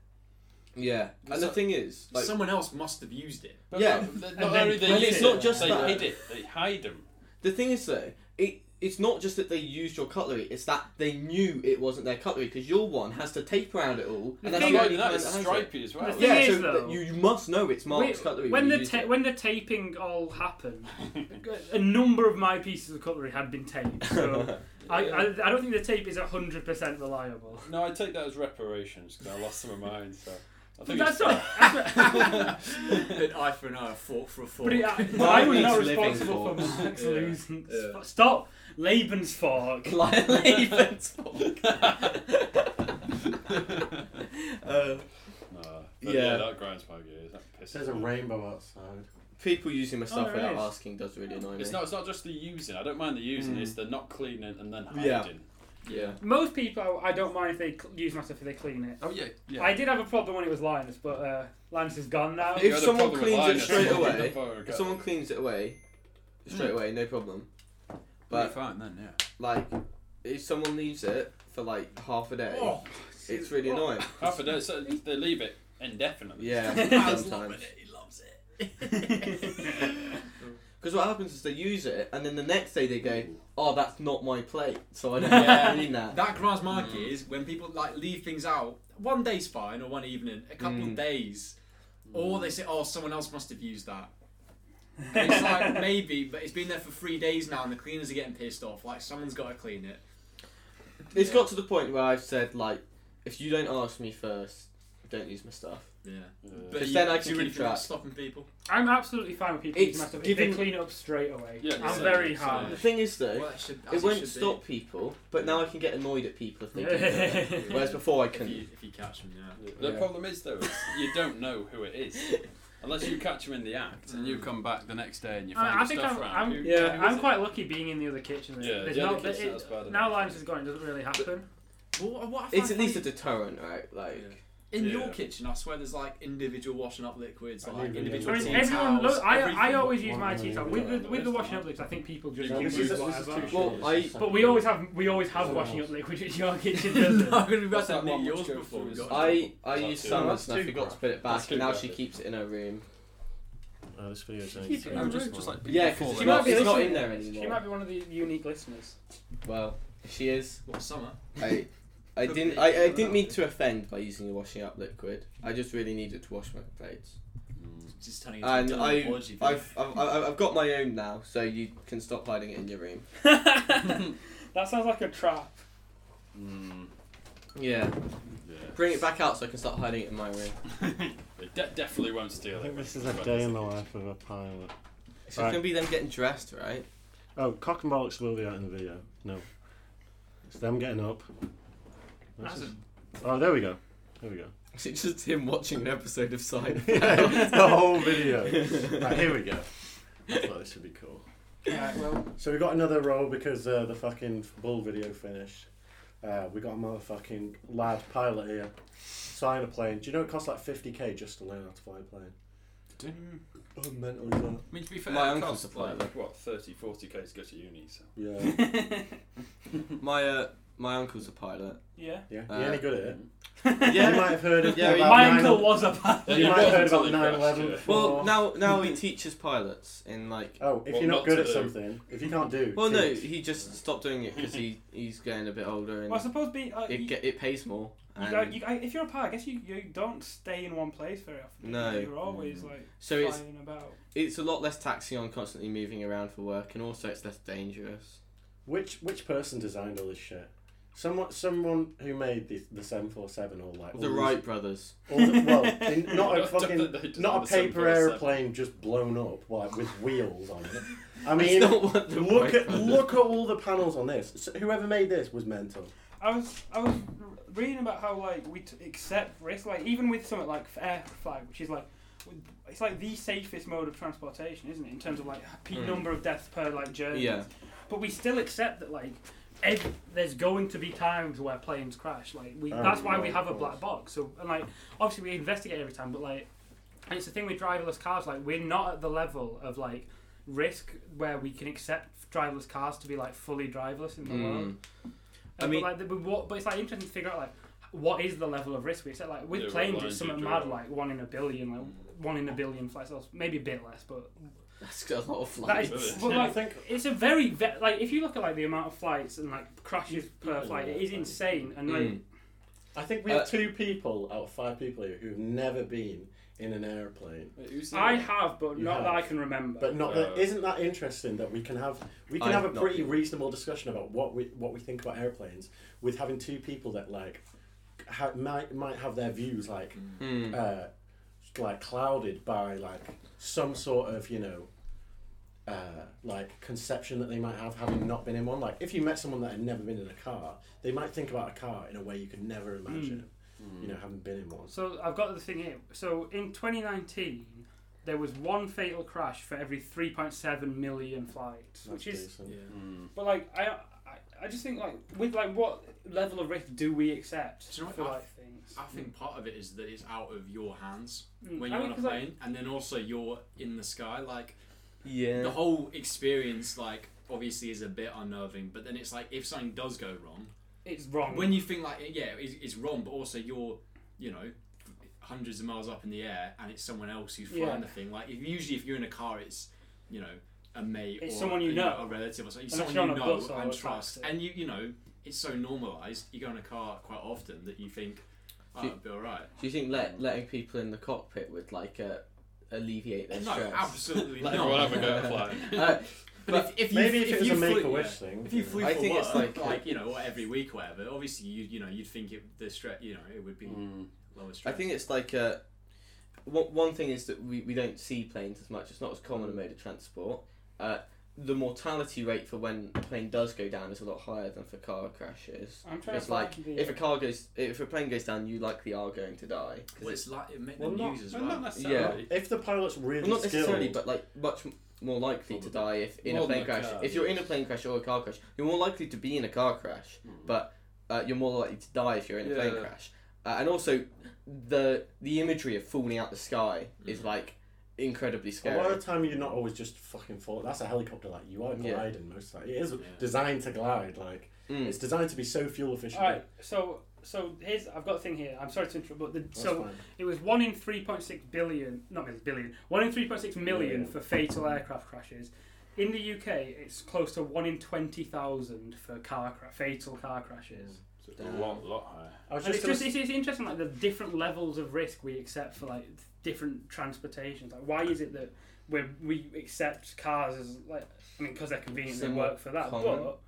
Yeah. And the So- thing is, like, Someone else must have used it. But Yeah. not- not, then only they print use it. it, Not just they that. hid it. They hide them. the thing is though, it it's not just that they used your cutlery. It's that they knew it wasn't their cutlery because your one has to tape around it all. The that's thing- the Not only only that, kind it's that has it. stripy as well. The Yeah, thing so is, though- that you, you must know it's Mark's Wait, cutlery. when you the use ta- it. when the taping all happened, a number of my pieces of cutlery had been taped. So I, I, I don't think the tape is hundred percent reliable. No, I take that as reparations because I lost some of mine. So I But think that's it's not. An eye for an eye, a fork for a fork. But it, I, Mark I was needs not living responsible for forks. Max Yeah. losing. Yeah. Sp- Stop, Laban's fork. Like Laban's fork. Uh, Nah, but Yeah. yeah. that grinds my gears. That pisses There's a me off. rainbow outside. people using my stuff Oh, there without is. asking does really annoy me. It's not. It's not just the using. I don't mind the using. It's the not cleaning and then hiding. Yeah. Yeah. Most people, I I don't mind if they cl- use my stuff if they clean it. Oh yeah, yeah. I did have a problem when it was Linus, but uh, Linus is gone now. If You had a someone problem with cleans it Linus, straight you'll away, get the If someone cleans it away, straight Hmm. away, no problem. You're But fine then, yeah. like, if someone leaves it for like half a day, Oh, it's really oh. annoying. Half a day, so they leave it indefinitely. Yeah, Man's loving sometimes. it. He loves it. Because what happens is they use it, and then the next day they go, "Oh, that's not my plate, so I don't Yeah. clean that." Mm. That grinds my gears when people like leave things out. One day's fine, or one evening, a couple Mm. of days, or they say, "Oh, someone else must have used that." And it's like maybe, but it's been there for three days now, and the cleaners are getting pissed off. Like someone's got to clean it. It's got to the point where I've said like, "If you don't ask me first, don't use my stuff." Yeah, Yeah. but Because you, then I do can you really keep think that's track. stopping people. I'm absolutely fine with people It's using my stuff if giving- they clean it up straight away. Yeah, I'm so- very so- hard. The thing is though, Well, that should, as it won't should be. stop people, but now I can get annoyed at people if they do that. Whereas before I If couldn't. you, if you catch them, yeah. The Yeah. problem is though, is you don't know who it is unless you catch them in the act and you come back the next day and you find I, I your think stuff I'm, around. I'm, Who- Yeah. who is I'm it? quite lucky being in the other kitchen. Yeah, There's the no- other there- kitchen, it- that's bad now enough. Linus is gone, it doesn't really happen. Well, what- what I It's find at least a funny- deterrent, right? Like, Yeah. in your Yeah. kitchen. I swear, there's like individual washing up liquids, I like mean, I individual. mean, tea everyone. towels, Look, I, I everything. always use my Yeah, tea yeah, towel with, yeah, with, with the yeah. washing up liquids. I think people just No, this use is, this is whatever. too short. Well, This I- is But something- we always have we always have Someone washing up else. liquids in your kitchen. no, I'm doesn't gonna be What's better that than one yours which goes before. through we his- got I I That's used too some and rough. I forgot to put it That's back, too and now rough. she keeps it in her room. Oh, this video is Keep it No, only- just, just like Yeah, before because she they- might not, be it's not listening. in there it? anymore. She might be one of the unique listeners. Well, if she is, What summer? I I Could didn't be. I, I didn't mean to offend by using the washing up liquid. I just really needed to wash my plates, Just turning into and a I Dylan apology. I've, I've I've I've got my own now, so you can stop hiding it in your room. that sounds like a trap. Mm, Yeah, yeah. bring it back out so I can start hiding it in my room. They de- definitely won't steal I it. think this is a day in the life of a pilot. It's just Right. gonna be them getting dressed, right? Oh, cock and bollocks will be out in the video. No. It's them getting up. This That's is- a- Oh, there we go. There we go. Is it just him watching an episode of Yeah, Seinfeld? the whole video. Right, here we go. I thought this would be cool. Right, well, So we got another role because uh, the fucking bull video finished. Uh, we got a motherfucking lad pilot here. Sign a plane. Do you know it costs like 50k just to learn how to fly a plane? Oh, mental as well. I mean, to be fair, My it uncle's costs, a pilot. like, what 30, 40 k to go to uni. So Yeah. my uh, my uncle's a pilot. yeah. Yeah. Uh, you any good at it? Mm. yeah. You might have heard of Yeah, about My nine- uncle was a pilot. You might have heard Until about he 9 11. crashed, Well, now now he teaches pilots in like. Oh, if Well, you're not, not good to at do. something, if you can't do. Well, no, teach. he just stopped doing it because he he's getting a bit older Well, I and suppose being uh, it you, get, it pays more. you and- go, you, I- if you're a pilot, I guess you, you don't stay in one place very often. No. You're always Mm. like so it's flying about. it's a lot less taxing on constantly moving around for work, and also it's less dangerous. Which which person designed all this shit? Someone someone who made the the seven four seven or like all The these- Wright brothers. all the, well they- not a Don't- don't think they fucking designed not a the 747. paper airplane just blown up like with wheels on it. I mean, It's not what the look Wright at brothers- look at all the panels on this. So whoever made this was mental. I was I was reading about how like we t- accept risk, like even with something like air flight, which is like it's like the safest mode of transportation, isn't it? In terms of like p- Mm. number of deaths per like journey. Yeah. But we still accept that like ev- there's going to be times where planes crash. Like we Oh, that's why yeah, we of have a course. black box. So and like obviously we investigate every time, but like and it's the thing with driverless cars. Like we're not at the level of like risk where we can accept driverless cars to be like fully driverless in the world. Mm. I I mean, mean- but, like, the, but, what, but it's like interesting to figure out like what is the level of risk we accept. Like with Yeah, what planes, lines it's you something draw. mad like one in a billion, like one in a billion flights. That's maybe a bit less, but That's got a lot of that flight. is. Really? But Yeah, I like, think- it's a very ve- like if you look at like the amount of flights and like crashes per flight, it is insane. And like, Mm. I think we Uh, have two people out of five people here who've never been in an airplane. Wait, who's the I other one? have, but You not that I have. can remember. But not Uh, that isn't that interesting that we can have we can I've have a not pretty been. reasonable discussion about what we what we think about airplanes with having two people that like ha- might might have their views like Mm. uh, like clouded by like some sort of you know uh, like conception that they might have having not been in one. Like if you met someone that had never been in a car, they might think about a car in a way you could never imagine. You know, having been in one. So I've got the thing here. So in 2019, there was one fatal crash for every 3.7 million flights, That's which is decent. Yeah. Mm. But like I, I, I I just think like with like what level of risk do we accept Do you know what for I- like things? I think part of it is that it's out of your hands Mm, when I you're mean, on a 'cause, like, plane, and then also you're in the sky. Like Yeah. the whole experience, like obviously, is a bit unnerving. But then it's like if something does go wrong, it's wrong. when you think like yeah, it's, it's wrong, but also you're, you know, hundreds of miles up in the air, and it's someone else who's flying Yeah. the thing. Like if, usually, if you're in a car, it's you know a mate It's or someone you know. a relative or something, Unless someone you're you on a know bus or and a trust, taxi. and you you know it's so normalized. You go in a car quite often that you think, oh, Do- it'll be all right. Do you think let, letting people in the cockpit would like uh, alleviate their No, stress? absolutely Like, not. Everyone have a go at flying. Uh, But if, if you, Maybe if, it was you a make a flew- wish yeah. thing. If you know. flew I for think work, it's like, like- you know, or every week, or whatever. Obviously, you you know, you'd think it, the stress, you know, it would be Mm. lower stress. I think it's like uh, one one thing is that we, we don't see planes as much. It's not as common a mode of transport. Uh, the mortality rate for when a plane does go down is a lot higher than for car crashes. I'm trying It's to find like the, uh, if a car goes, if a plane goes down, you likely are going to die. 'cause well, it's, it's like it made Well, the not- news as Well, well. not necessarily. If the pilot's really well, not necessarily, skilled, but like much m- more likely to die Probably. if in a More than plane a crash. car, if you're in yes. a plane crash or a car crash, you're more likely to be in a car crash, Mm. but uh, you're more likely to die if you're in a plane Yeah. crash. Uh, and also, the the imagery of falling out the sky is Mm. like incredibly a lot scary. of the time you're not always just fucking fall. That's a helicopter, like you are Yeah. gliding most of the time. It is Yeah. designed to glide, like Mm. it's designed to be so fuel efficient. All right, so so here's I've got a thing here. I'm sorry to interrupt, but the, That's so fine. it was one in three point six billion, not million, billion, one in three point six million Million. for fatal aircraft crashes. In the UK, it's close to one in twenty thousand for car cra- fatal car crashes. So it's a lot, lot higher. I was And just, it's just gonna, it's, it's interesting like the different levels of risk we accept for like different transportations. Like why is it that we we accept cars as like I mean because they're convenient they Somewhat work for that, common. but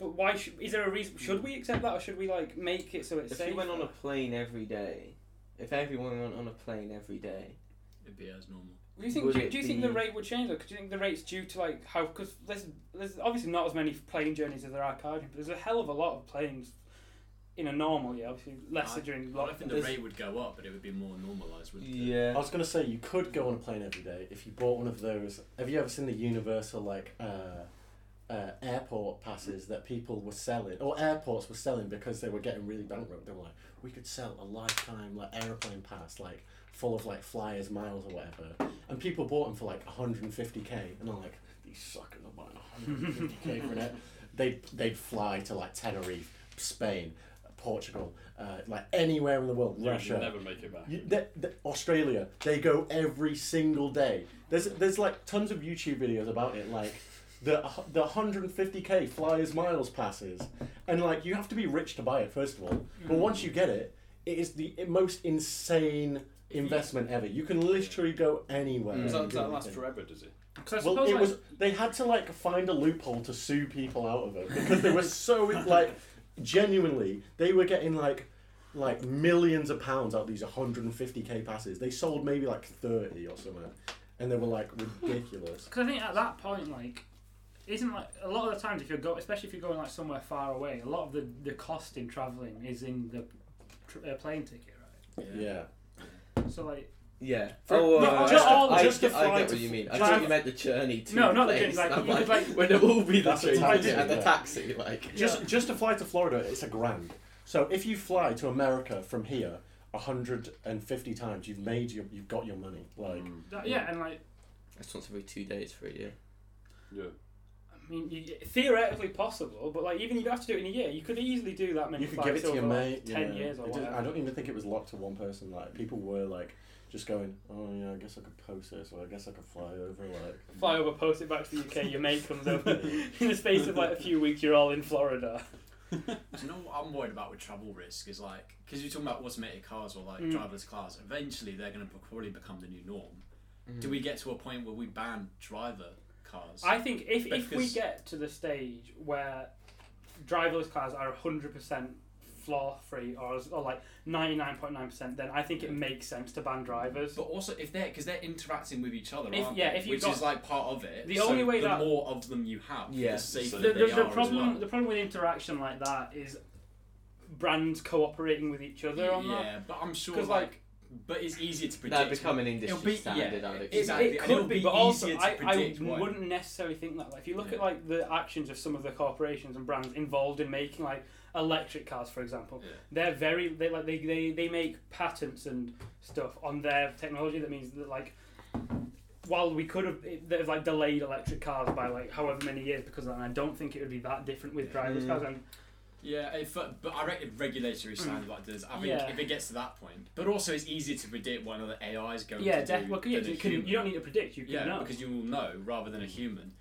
but why should, is there a reason should we accept that or should we like make it so it's If safe? you went on a plane every day, if everyone went on a plane every day, It'd be as normal. Do you think? Would Do, you- it do you think the be- rate would change? Though? 'Cause Do you think the rate's due to like how? Because there's there's obviously not as many plane journeys as there are car journeys, but there's a hell of a lot of planes in a normal year. Obviously, less I- during Well, I think the There's- rate would go up, but it would be more normalized, wouldn't it? I Oh, was gonna say you could go on a plane every day if you bought one of those. Have you ever seen the Universal like uh, uh, airport passes that people were selling, or airports were selling because they were getting really bankrupt? They were like, we could sell a lifetime like airplane pass, like full of like flyers miles or whatever, and people bought them for like 150k, and I'm like, these suckers are buying 150k for an air. They'd they'd fly to like Tenerife, Spain, Portugal, uh, like anywhere in the world, You Russia. would never make it back. You, th th Australia, they go every single day. There's there's like tons of YouTube videos about it, like the the 150k flyers miles passes, and like you have to be rich to buy it first of all. But once you get it, it is the most insane investment ever. You can literally go anywhere. Mm. Does and that, does do that last anything. forever, does it? 'Cause I Well, suppose, it like, was. They had to like find a loophole to sue people out of it because they were so like genuinely they were getting like like millions of pounds out of these 150k passes. They sold maybe like 30 or something, and they were like ridiculous. Because I think at that point, like, isn't like a lot of the times if you're go, especially if you're going like somewhere far away, a lot of the the cost in traveling is in the tr- uh, plane ticket, right? Yeah. So like, Yeah. For- oh, not uh, just all- I, just I, the I flight get to what you mean. I fly- thought you meant the journey to No, the not the place. journey, like, I'm you could, like- when there will be the That's a train taxi, ticket and the yeah. taxi, like. Just just to fly to Florida, it's a grand. So if you fly to America from here 150 times, you've made your you've got your money. Like Mm. that, yeah, and like, That's once every two days for a year. Yeah. I mean, you, theoretically possible, but like even if you have to do it in a year, you could easily do that many. You could give flights it to your over, like, mate. Ten yeah. years or It did- whatever. I don't even think it was locked to one person. Like people were like just going, oh yeah, I guess I could post this, or I guess I could fly over. Like fly over, post it back to the UK. Your mate comes over in the space of like a few weeks. You're all in Florida. Do you know what I'm worried about with travel risk is like because you're talking about automated cars or like Mm. driverless cars. Eventually, they're going to probably become the new norm. Do we get to a point where we ban driver cars? I think if, if we Because- get to the stage where driverless cars are 100% flaw free or, as- or like 99.9%, then I think it makes sense to ban drivers. But also, if they're because they're interacting with each other, If- aren't yeah, they? if you've which got- is like part of it. The so only way the that- more of them you have, Yeah. the safer So the, they the, are the as problem well. the problem with interaction like that is brands cooperating with each other on yeah, that. but I'm sure 'Cause, like, like, but it's easier to predict. That'd become an industry It'll be- standard, yeah, I would it- It, expect. Exactly, it and could it'll be, be but also easier to I, I predict why. wouldn't necessarily think that. Like, if you look at Yeah. like the actions of some of the corporations and brands involved in making like electric cars, for example, Yeah. they're very they like they, they they make patents and stuff on their technology. That means that like while we could have it- they've like delayed electric cars by like however many years because of that, and I don't think it would be that different with driverless Mm. cars. And Yeah, if, uh, but I reckon regulatory standard like this. I think Mm. Yeah. if it gets to that point, but also it's easier to predict what another AI is going yeah, to def- do. well, 'cause you, than a you, can, human. you don't need to predict. You can yeah, know. because you will know rather than a human.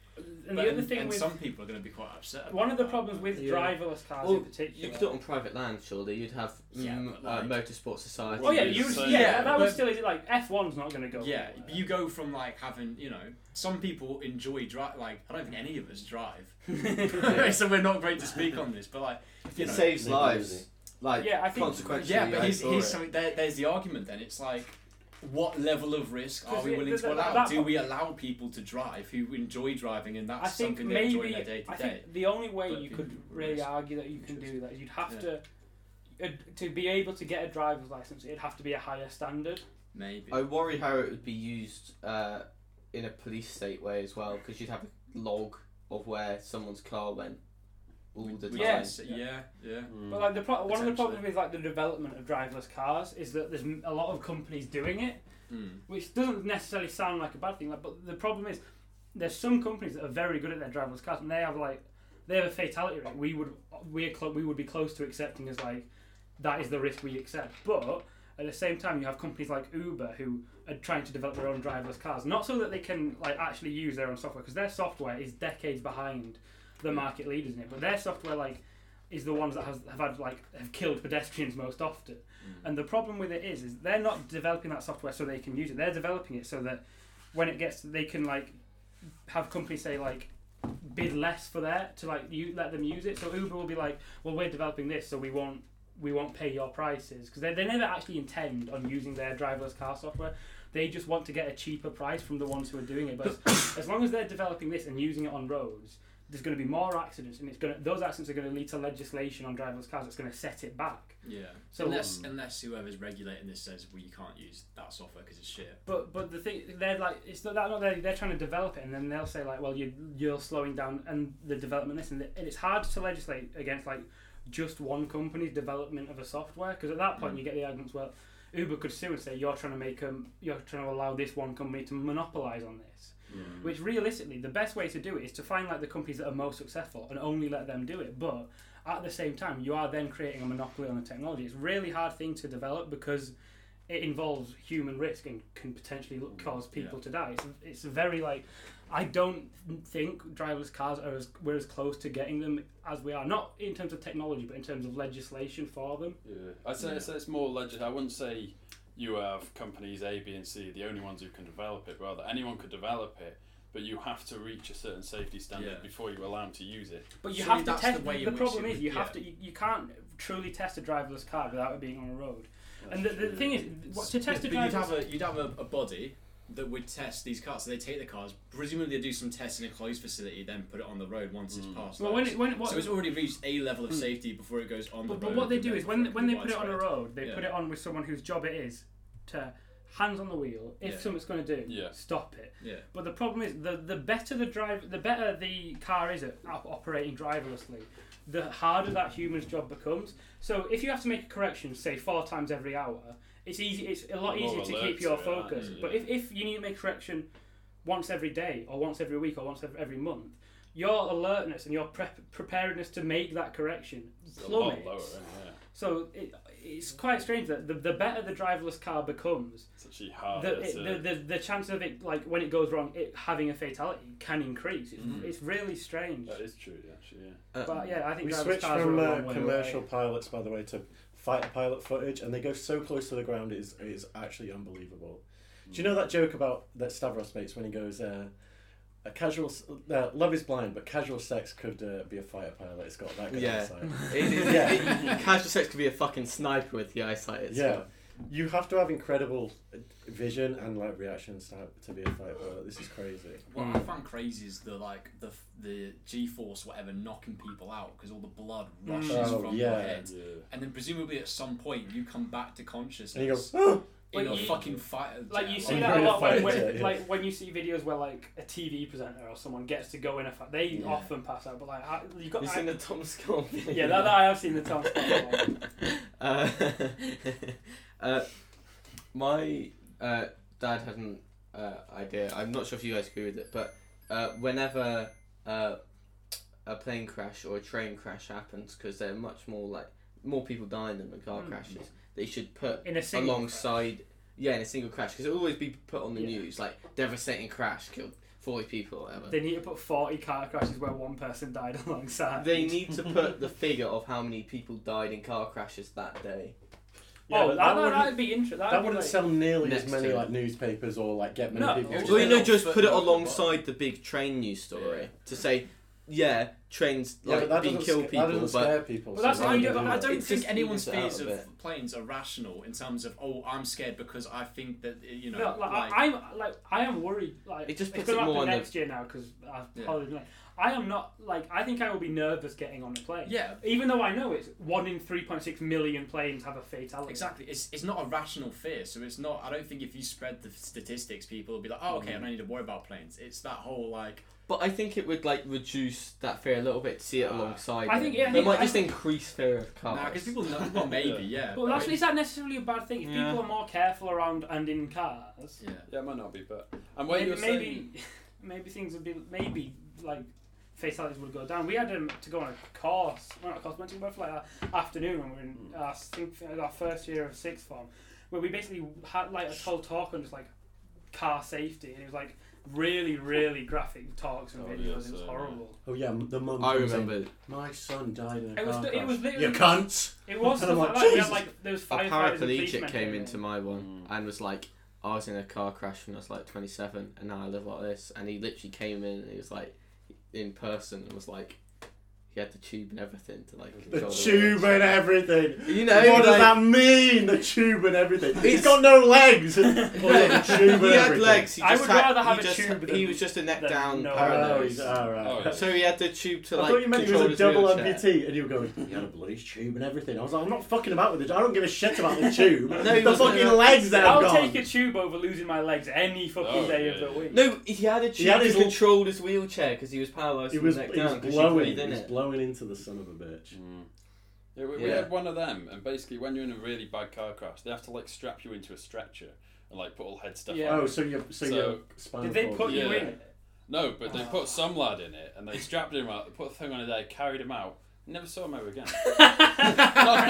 and But- the other thing and with some people are going to be quite upset. About one of the that, problems but- with Yeah. driverless cars Well, in particular. You could do it on private land, surely. You'd have Yeah, mm, but like- uh, motorsport society. Oh yeah, Yeah, you so- yeah, yeah, that was but- still like F one's not going to go. Yeah, anywhere. but you go from like having, you know, some people enjoy drive. Like I don't think any of us drive, so we're not great to speak on this. But like, you It know, saves maybe lives. Like Yeah, I think- consequentially. yeah. But I here's, saw here's it. something. There, there's the argument. Then it's like, what level of risk are 'Cause we it- willing that- to allow? that- Do we allow people to drive who enjoy driving and that's I think something they enjoy maybe in their day I to day? think the only way But you people could were really racist. argue that you can do Interesting. that is you'd have Yeah. to. Uh, to be able to get a driver's license, it'd have to be a higher standard. Maybe. I worry how it would be used uh, in a police state way as well, because you'd have a log of where someone's car went all the time. yeah. Yes. Yeah. Yeah. Mm. But like the pro- one of the problems Potentially. with like the development of driverless cars is that there's m- a lot of companies doing it, Mm. which doesn't necessarily sound like a bad thing. Like, but the problem is there's some companies that are very good at their driverless cars, and they have like they have a fatality rate. We would we're clo- we would be close to accepting as like that is the risk we accept. But at the same time, you have companies like Uber who are trying to develop their own driverless cars, not so that they can like actually use their own software because their software is decades behind the market leaders in it. But their software like is the ones that has, have had like have killed pedestrians most often. And the problem with it is, is they're not developing that software so they can use it. They're developing it so that when it gets, they can like have companies say like bid less for that to like you let them use it. So Uber will be like, well, we're developing this, so we won't we won't pay your prices because they, they never actually intend on using their driverless car software. They just want to get a cheaper price from the ones who are doing it. But as, as long as they're developing this and using it on roads, there's going to be more accidents, and it's going to, those accidents are going to lead to legislation on driverless cars that's going to set it back. Yeah. So- unless unless whoever's regulating this says well you can't use that software because it's shit. But but the thing they're like it's not that not they're, they're trying to develop it and then they'll say like well you you're slowing down and the development this and, th- and it's hard to legislate against like just one company's development of a software because at that point Mm. you get the arguments well Uber could sue and say you're trying to make um you're trying to allow this one company to monopolize on this which realistically the best way to do it is to find like the companies that are most successful and only let them do it but at the same time you are then creating a monopoly on the technology it's a really hard thing to develop because it involves human risk and can potentially look, cause people to die it's, it's very like i don't think driverless cars are as we're as close to getting them as we are not in terms of technology but in terms of legislation for them Yeah. I'd say, I'd say it's more legit. I wouldn't say you have companies A, B, and C, the only ones who can develop it. Rather, anyone could develop it, but you have to reach a certain safety standard Yeah. before you allow them to use it. But you Surely have to that's test. the way The, in which problem it is would- you have yeah. to. You, you can't truly test a driverless car without it being on a road. and the, the true. thing is, what, to test a but you'd have driverless a you'd have a, a body that would test these cars. So they take the cars, presumably they do some tests in a closed facility, then put it on the road Mm. once it's passed. well, when those. it, when it, what, so it's already reached a level Hmm. of safety before it goes on but, the but road. what they and do then is when they- when they put it on widespread. a road, they Yeah. put it on with someone whose job it is to hands on the wheel. If Yeah. something's going to do, Yeah. stop it. Yeah. But the problem is the the better the drive, the better the car is at op- operating driverlessly, the harder that human's job becomes. So if you have to make a correction, say four times every hour, it's easy. It's a lot You're more easier to alert keep to your it, aren't focus. you? But if, if you need to make a correction once every day, or once every week, or once every, every month, your alertness and your prep- preparedness to make that correction It's a lot plummets. lower. Isn't it? So it, it's quite strange that the, the better the driverless car becomes, It's actually Oh, harder the, it, to. the, the the chance of it like when it goes wrong it having a fatality can increase it's, Mm. it's really strange that is true, actually. Yeah. Uh, but yeah i think We driverless switched cars from are a uh, long way commercial away. pilots, by the way, to fighter pilot footage, and they go so close to the ground, it is, it is actually unbelievable. Do you know that joke about that Stavros makes when he goes, uh, a casual, s- uh, love is blind, but casual sex could uh, be a fighter pilot. It's got that good Yeah. eyesight. It is, Yeah. it- casual sex could be a fucking sniper with the eyesight. It's yeah. You have to have incredible uh, vision and like reactions to, to be a fighter pilot. This is crazy. What I find crazy is the like the the G force whatever knocking people out because all the blood Mm. rushes Oh, from yeah. your head, yeah. and then presumably at some point you come back to consciousness. And he goes, oh, But in a you- fucking fighter. Like you jet. see I'm that a really lot when, afraid when to, yeah. like when you see videos where like a TV presenter or someone gets to go in a fight, they Yeah. often pass out. But like I, you got, Have you I, seen the Tom Scott video? yeah, that, that I have seen the Tom Scott one. uh, uh, my uh, dad had an uh, idea. I'm not sure if you guys agree with it, but uh, whenever uh, a plane crash or a train crash happens, because they're much more like more people dying than the car Mm. crashes, they should put in a single alongside yeah in a single crash because it'll always be put on the Yeah. news like devastating crash killed 40 people or whatever. They need to put 40 car crashes where one person died alongside. They need to put the figure of how many people died in car crashes that day. Yeah, oh, but that, that that, wouldn't- that'd be interesting. That wouldn't like, sell nearly as Next many to it. like newspapers or like get many No, people. it to would Well, you just- know, just put it alongside the big train news story Yeah. to say, yeah, trains Yeah, like but that being doesn't kill sc- that people, doesn't but scare people. Well, that's so what why I would do, they but I it? I don't It think just anyone's evens it out fears a of bit. planes are rational in terms of oh I'm scared because I think that you know No, like, like, I, I'm like I am worried. Like It just it's puts gonna it happen more on the- next year now because I've Yeah. probably like, I am not like I think I will be nervous getting on a plane. yeah Even though I know it's one in 3.6 million planes have a fatality. exactly it's, it's not a rational fear so it's not I don't think if you spread the statistics people will be like oh okay I don't need to worry about planes it's that whole like but I think it would like reduce that fear a little bit to see it Uh, Ah. alongside. I it. think- yeah, I They think- might I just think- increase fear of nah cars. 'cause people know well maybe Oh, yeah But actually, is that necessarily a bad thing? If Yeah. people are more careful around and in cars, yeah Yeah, it might not be, but and when maybe you're maybe, saying maybe things would be maybe like fatalities would go down. We had um, to go on a course, well, not a course, went to like our afternoon when we were in Mm. our, think, our first year of sixth form, where we basically had like a whole talk on just like car safety, and it was like really really graphic talks and Oh, videos. yeah, it was so, horrible. Oh yeah, m- the mum. I comes in, remember My son died in a It was car th- it crash. was literally- You cunt. It was And I'm stuff like, like, that. We had, Jesus. like there was a firefighters and policemen paraplegic came in. into my one Mm. and was like, I was in a car crash when I was like 27, and now I live like this. And he literally came in and he was like, in person, and was like, he had the tube and everything to like The control tube and words. everything. You know, what does like- that mean? The tube and everything. It's- He's got no legs. oh, yeah, the tube and he had everything. legs. He I just would had, rather he have a just, tube He than- was just a neck than down no Oh, paralyzed. he's alright. Oh, yeah. So he had the tube to I like. thought you meant he was control a his double wheelchair. amputee, and you were going, he had a bloody tube and everything. I was like, I'm not fucking about with it. I don't give a shit about the tube. No, he the wasn't fucking an legs that I'll have gone. take a tube over losing my legs any fucking Oh, day yeah, of the yeah. week. No, he had a tube had to his l- control his wheelchair because he was paralyzed. He was, neck he was down 'cause she blowing. breathed He in was it. blowing into the son of a bitch. Mm. Yeah, we, we Yeah. had one of them, and basically, when you're in a really bad car crash, they have to like strap you into a stretcher and like put all head stuff Yeah. on. Oh, so your so, So- your spinal Did they cord- put you Yeah. in? it? No, but they Ah. put some lad in it, and they strapped him out, put a thing on his head, carried him out. Never saw him ever again. no, I'm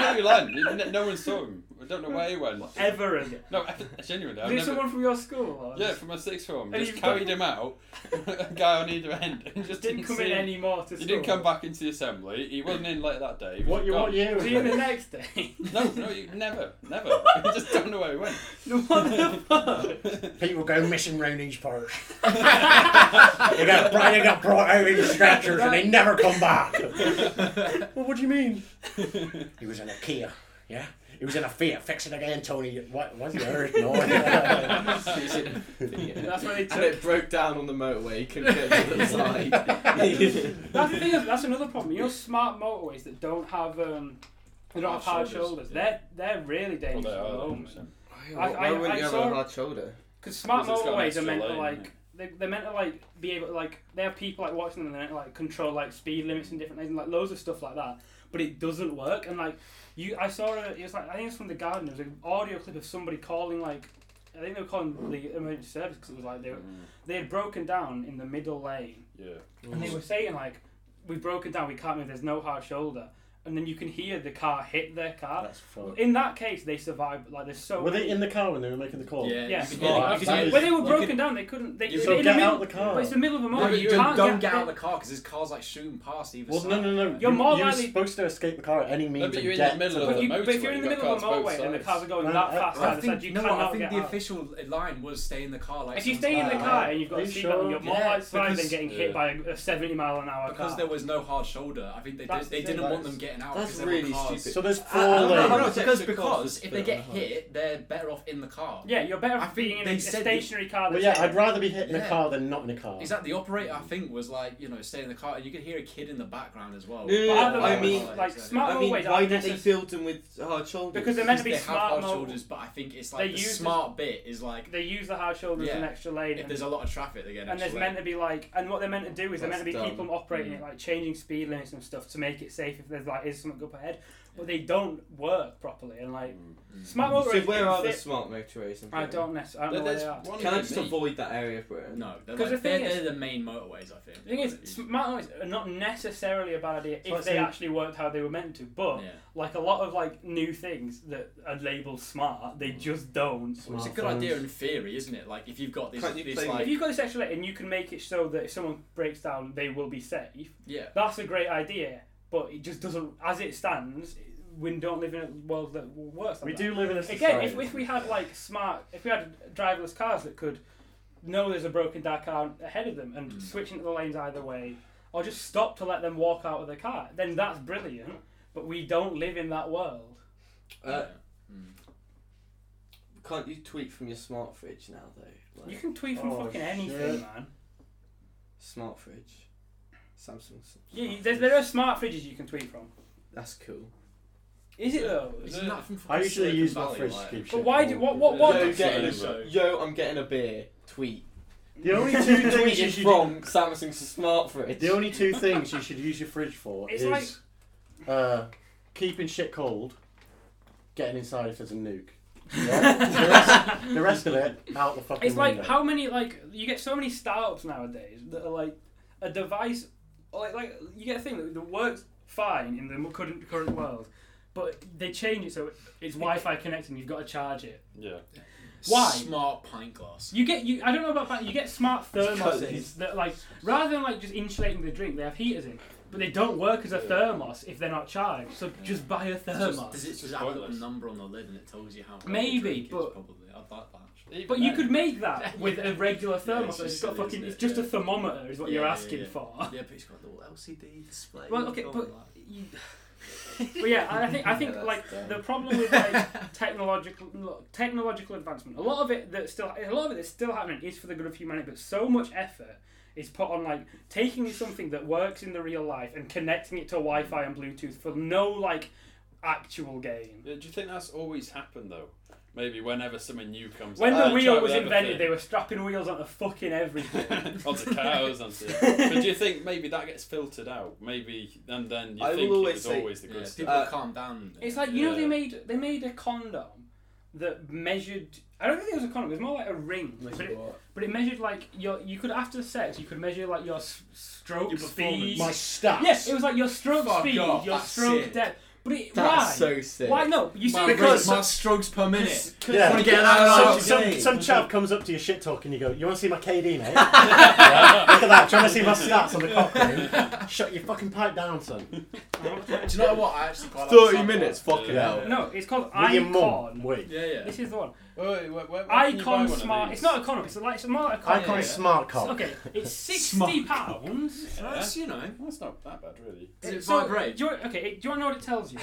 not even lying. You- n- No one saw him. I don't know where he went. Ever again. No, genuinely. I've Is it never- someone from your school? Or Yeah, from my sixth form. And Just you've carried got- him out, a guy on either end, and just Just didn't come see in him. anymore to school. He didn't come back into the assembly. He wasn't in later that day. He was What, you, what gone. year Was was he in the it? next day? No, no, you, never, never. I just don't know where he went. No, what the fuck? People go missing round East Parish. they, got, they got brought out in stretchers and they never come back. well, what do you mean? He was in a Kia, yeah? He was in a Fiat. Fix it again, Tony. What, what's the Irish noise? Yeah. That's when they And took. it broke down on the motorway. He couldn't get to the side. That's the thing. is- That's another problem. You know, smart motorways that don't have um, they don't have hard Hard shoulders. shoulders, They're they're really Well, dangerous they at the are. moment. Because I- I- Why wouldn't I you have saw- a hard shoulder? Because smart it's got an motorways are extra meant to lane, like. isn't it? They, they're meant to like be able to like they have people like watching them and they like control like speed limits and different things and like loads of stuff like that but it doesn't work and like you I saw a, it was like I think it's from the garden it was an audio clip of somebody calling like I think they were calling the emergency service because it was like they were, Mm. they had broken down in the middle lane Yeah. and they were saying like we've broken down we can't move there's no hard shoulder and then you can hear the car hit their car That's fucked. in that case they survived like there's so Were they many- in the car when they were making the call? yeah, Yeah. you can Smart. hear- you can That hear- is- when they were You broken down, they couldn't. They, You they- so in get the middle, out the car. But it's the middle of the No, moment. but you you don't, can't don't get, get out of the car because his car's like shooting past either Well, side. no, no, no. You're more you, you were likely- supposed to escape the car at any means. No, but and you're in get the middle to of But, the you, but if motorway, you're in the you've middle got of a cars both motorway and the sides. cars are going No, that I- fast, I either side, you no, cannot I think get the out. official line was stay in the car. Like If you someone's stay in the car. car and you've got Are a you seatbelt, sure? you're more Yeah, likely than because- getting yeah. hit by a, a 70 mile an hour because car. there was no hard shoulder. I think they That's did, they the thing, didn't want that's- them getting getting out. That's 'cause they want really cars. stupid. So Ah, there's I- four I don't know, lanes. I don't know, no, because extra because costs, if they but- get hit, they're better off in the car. Yeah, you're better I off being think in they a, a said- stationary car. Well, than yeah, ten. I'd rather be hit in a Yeah. car than not in a car. Is that the operator? I think was like you know staying in the car, and you could hear a kid in the background as well. No, no, But no, other I than- mean, like so- smart I mean, always why are did they necess- fill them with hard children? Because they're meant Because to be they have smart. hard Mobile. shoulders, but I think it's They like the use the- smart bit is like They use the hard shoulder as an Yeah. extra lane, if and, there's a lot of traffic, they're getting. and there's meant to be like, and what they're meant to do is they're meant That's to be dumb. keep them operating it, like changing speed limits and stuff to make it safe if there's like is something up ahead, but they don't work properly and like Mm. smart motor. So is- Mm. where are the is it- smart motorways? in I Britain? don't necessarily. I But don't know where there's they are. one Can I near just me. avoid that area of Britain? No, they're, 'Cause like, the thing they're, is- they're the main motorways. I think. The thing is, smart motorways are not necessarily a bad idea what I if they said. actually worked how they were meant to, but yeah. like a lot of like new things that are labeled smart, Mm. they just don't. It's a Smartphones. good idea in theory, isn't it? Like if you've got this, Can't you this play like If you've got this extra lane and you can make it so that if someone breaks down, they will be safe, yeah, that's a great idea. But it just doesn't, as it stands, we don't live in a world that works. we Like do live in a That. society. Again, if, if we had like smart, if we had driverless cars that could know there's a broken down car ahead of them Hmm. and switch into the lanes either way, or just stop to let them walk out of the car, then that's brilliant. But we don't live in that world. Uh, yeah. Hmm. can't you tweet from your smart fridge now though? You Like, can tweet from Oh, fucking shit. anything, man. smart fridge, Samsung's. Yeah, you, smart there, fridge. there are smart fridges you can tweet from. That's cool. Is it Yeah. though? Isn't that from I fucking usually Silicon use my Valley, fridge like- to keep But shit. why warm. do what what what? Yeah, Yo, that's getting not a- so- yo, I'm getting a beer. Tweet. The only two Tweet things you is should from Samsung's smart fridge. The only two things you should use your fridge for It's is uh, keeping shit cold, getting inside if there's a nuke. Yeah? the, rest, the rest of it out the fucking It's like window. how many like you get so many startups nowadays that are like a device like like you get a thing that, that works fine in the current current world, but they change it so it's Wi-Fi connected and you've got to charge it. Yeah. Why? smart pint glass? You get you I don't know about that you get smart these- thermoses that like rather than like just insulating the drink they have heaters in. But they don't work as a thermos if they're not charged. So just buy a Does thermos. it just, It's have a little pointless. number on the lid and it tells you how? cold the Maybe, drink is, but- probably I'd like that. actually. Even But you then, could make that with a regular thermos. Yeah, it's it's got just silly, fucking. isn't It's it? just a Yeah. thermometer, is what Yeah, you're yeah, asking yeah. for. Yeah, but it's got a little LCD display. Well, okay, Oh, but like- you, but yeah, and I think I think Yeah, that's like dumb. the problem with like technological look, technological advancement, a lot of it that's still a lot of it that's still happening is for the good of humanity, but so much effort is put on like taking something that works in the real life and connecting it to Wi-Fi and Bluetooth for no like actual gain. Yeah, do you think that's always happened though? Maybe whenever something new comes. When out, the "Ah, wheel try was whatever invented, they thing." were strapping wheels onto fucking everything. onto cows, onto. But do you think maybe that gets filtered out? Maybe and then you I think will it always was say- always the Yeah, good stuff. people Uh, calm down. It's like you know they Yeah. made they made a condom that measured. I don't think it was a condom. It was more like a ring, but it, but it measured like your. You could after sex you could measure like your s- stroke Your speed. performance. my stats. Yes, it was like your stroke Fuck speed, off, your that's stroke sick. depth. But it, That's why? so sick. Why no? You see, my, Because- because my strokes per minute. Yeah. Wanna get that out some, of some, game. some chap comes up to your shit talk and you go, You want to see my KD, mate? yeah, look at that, trying to see my stats on the cock ring. Shut your fucking pipe down, son. With Do you know what? I actually quite like Thirty that minutes. Yeah. Fucking Yeah. hell. no, it's called your mum. Icon. Wait. Yeah, yeah. This is the one. Wait, wait, wait, wait, can you buy Icon one of smart. these? It's not a condom. It's like it's more like a Icon condom. is smart cock. Okay, it's sixty Smart. pounds. Yeah. That's you know. That's not that bad, really. Does it So, vibrate? Do you, okay, do you want to know what it tells you?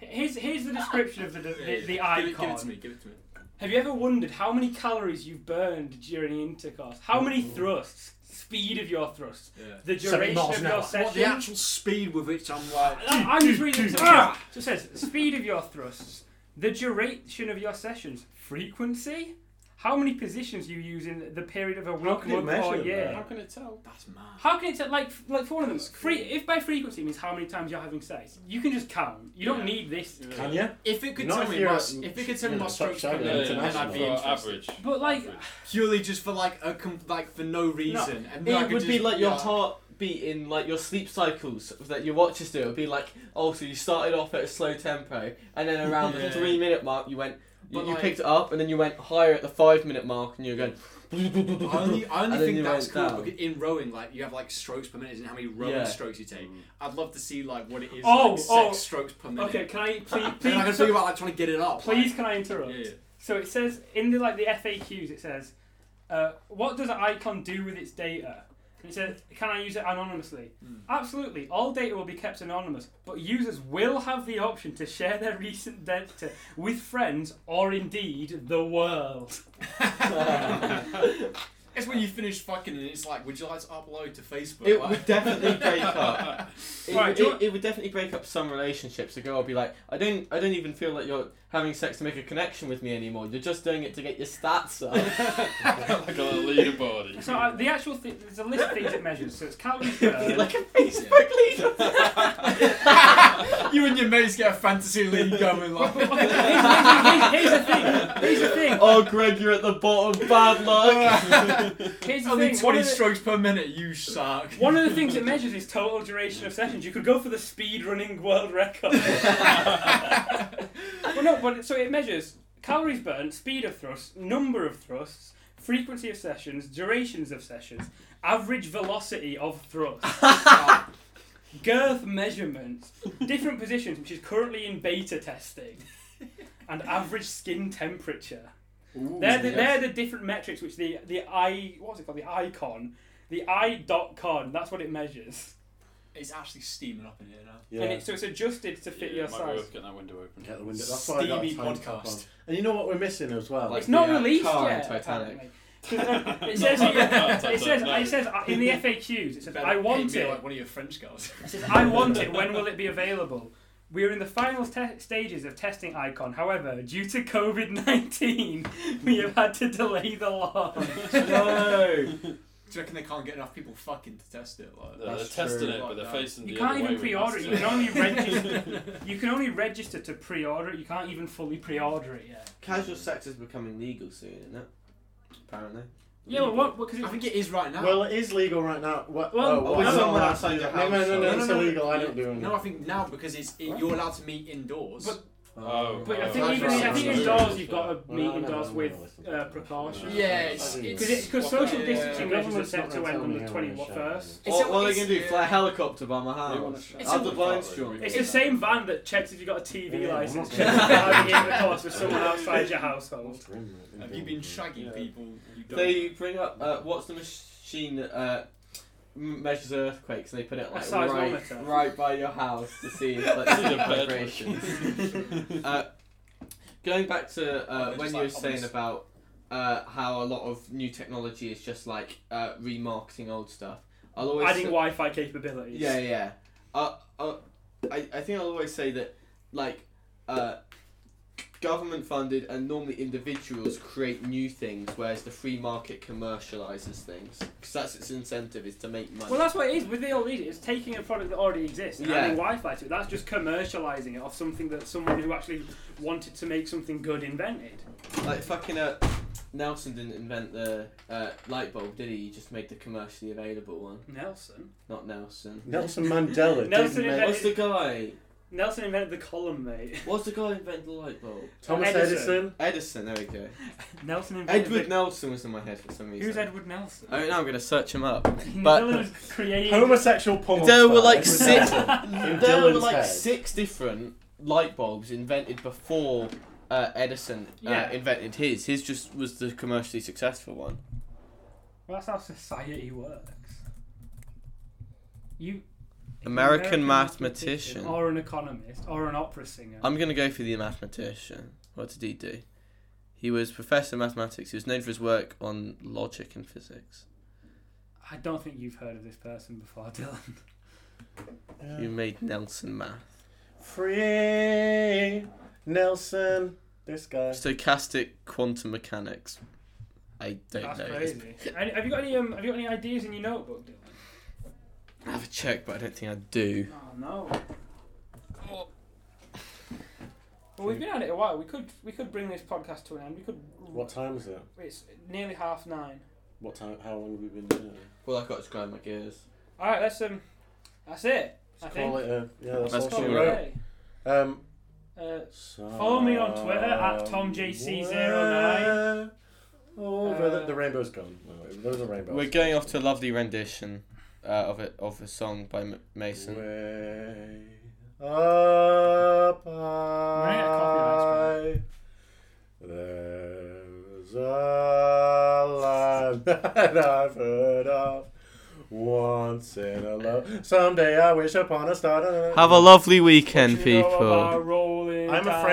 here's, here's the description of the, the, the, the icon. Give it, give it to me. Give it to me. Have you ever wondered how many calories you've burned during intercourse? How many thrusts? Speed of your thrusts? Yeah. The Seven duration miles of an your hour. What the session? actual speed with which I'm like. I- I'm just reading it. So Ah! it says, speed of your thrusts, the duration of your sessions, frequency, how many positions you use in the period of a week, can it month, or measure year. that? How can it tell? That's mad. How can it tell, like like for one of them? Free if by frequency means how many times you're having sex, you can just count. You don't Yeah. need this. Can you? If it could Not tell if me, you're my, at- if it could tell me you my know, strokes touch per over minute, then I'd international. be for interested. average. But like, Average. Purely just for like a com- like for no reason. and then I It could would be just- like your yeah. heart beating, like your sleep cycles that your watches do. It would be like, oh, so you started off at a slow tempo, and then around the Yeah. three minute mark, you went, you, But you like- picked it up, and then you went higher at the five minute mark, and you're going. I only, I and only then think you that's went cool down. because in rowing, like you have like strokes per minute and how many rowing Yeah. strokes you take. I'd love to see like what it is. Oh, like, six oh. strokes per minute. okay, can I please? And I can please, think about like trying to get it up. please can I interrupt? Like, yeah, yeah. So it says in the like the FAQs, it says, uh, what does an icon do with its data? He said, "Can I use it anonymously?" Hmm. Absolutely. All data will be kept anonymous, but users will have the option to share their recent data with friends or indeed the world. It's when you finish fucking and it's like, would you like to upload to Facebook? It Like- would definitely break up. It, Right, would, do you it- want- it would definitely break up some relationships. A girl will be like, "I don't, I don't even feel like you're having sex to make a connection with me anymore. You're just doing it to get your stats up." like a little leaderboard. So uh, the actual thi- there's a list of things it measures. So it's calories You're burned. like a Facebook leader. you and your mates get a fantasy league going like Here's- here's- here's- here's the thing. Here's the thing. oh, Greg, you're at the bottom. Bad luck. Here's the only thing. One 20 of the, strokes per minute you suck one of the things it measures is total duration of sessions. You could go for the speed running world record. well, no, but it- so it measures calories burned, speed of thrusts, number of thrusts, frequency of sessions, durations of sessions, average velocity of thrust, girth measurements, different positions, which is currently in beta testing, and average skin temperature. They're the, they're the different metrics which the the i what was it called the icon the i dot con that's what it measures it's actually steaming up in here now Yeah. and it, so it's adjusted to fit yeah, your it might be size. worth getting that window open. Get the window. That's why I got a Steamy timestamp podcast. on. And you know what we're missing as well? Like- It's not the, uh, released car in yet. Titanic. apparently. It says, it says, it says uh, in the FAQs. It says, "I want Be it." like one of your French girls It says, I want it. When will it be available? We are in the final te- stages of testing Icon. However, due to COVID 19, we have had to delay the launch. no. do you reckon they can't get enough people fucking to test it like They're, they're That's testing true. it, but they're Like that. facing You the can't other even way with pre-order this. it. You can only register. You can only register to pre-order it. You can't even fully pre-order it yet. Casual sex is becoming legal soon, isn't it? Apparently. Yeah, well, what? Because I think it is right now Well, it is legal right now. What, Well, oh, what oh, is no, someone no, outside no, your no, house? No, no, no, no, no, it's no, illegal. I no. don't do it. no I think now because it's it, you're allowed to meet indoors But- Oh, But I oh, think that's even right. I think Yeah. indoors you've got to Well, meet no, no, indoors no, with no, listen. uh, precautions. Yeah, it's- it's- Because because social Yeah. distancing measures are Government's set not to gonna end tell on me the how twenty many first. It's what, a- what are they it's- going to do? Fly a helicopter by my They wanna house? sh- It's Have a- the blinds drawn. It's the same van that checks if you've got a TV Yeah, license. I'm Checks not- if you're having in the course with someone outside your household. have you been shagging Yeah. people you don't They bring up uh, what's the machine that uh, m- measures earthquakes, and they put it like right, seismometer. right by your house to see if like It's in a the bed. vibrations. uh, going back to Oh, uh, they're when just, you like, were saying obvious. about uh, how a lot of new technology is just like uh, remarketing old stuff. I'll always Adding Wi-Fi capabilities. yeah, yeah. Uh, uh, I, I think I'll always say that, like, uh, government funded and normally individuals create new things, whereas the free market commercializes things. Because that's its incentive, is to make money. Well, that's what it is with the old leader. It's taking a product that already exists and Yeah. adding Wi-Fi to it. That's just commercializing it off something that someone who actually wanted to make something good invented. like, fucking uh, Nelson didn't invent the uh, light bulb, did he? He just made the commercially available one. Nelson. Not Nelson. Nelson Mandela. Nelson did make- invented- What's the guy? Nelson invented the column, mate. What's the guy who invented the light bulb? Thomas Edison. Edison. Edison, there we go. Nelson invented. Edward the- Nelson was in my head for some reason. Who's Edward Nelson? Oh, now I'm going to search him up. but- Nelson created. Homosexual porn. There star, were like Edward six. Nelson. In there were Dylan's like head. six different light bulbs invented before uh, Edison uh, Yeah. invented his. His just was the commercially successful one. Well, that's how society works. You. American American mathematician. Or an economist. Or an opera singer. I'm gonna go for the mathematician. What did he do? He was professor of mathematics. He was known for his work on logic and physics. I don't think you've heard of this person before, Dylan. He made Nelson math. Free Nelson. This guy. Stochastic quantum mechanics. I don't That's know. It's- crazy. Any- have you got any? Um, have you got any ideas in your notebook, Dylan? I have a check, but I don't think I do. Oh no. Well, we've been at it a while. We could we could bring this podcast to an end. We could. What time is it? It's nearly half nine. What time? How long have we been doing it? Well, I got to grind my gears. All right, let's um, that's it. I think. Call it a. Yeah, that's Let's all Call she it a call wrote. day. Um, Uh, so Follow me on Twitter at TomJ09. Over Uh, Oh, the, the rainbow's gone. No, those are rainbows. We're going off to a lovely rendition uh, of it of a song by M- Mason. Way up high. copyright There's a land that I've heard of. Sing along. Someday I wish upon a star. Have a lovely What weekend, you know people. about rolling I'm a down friend-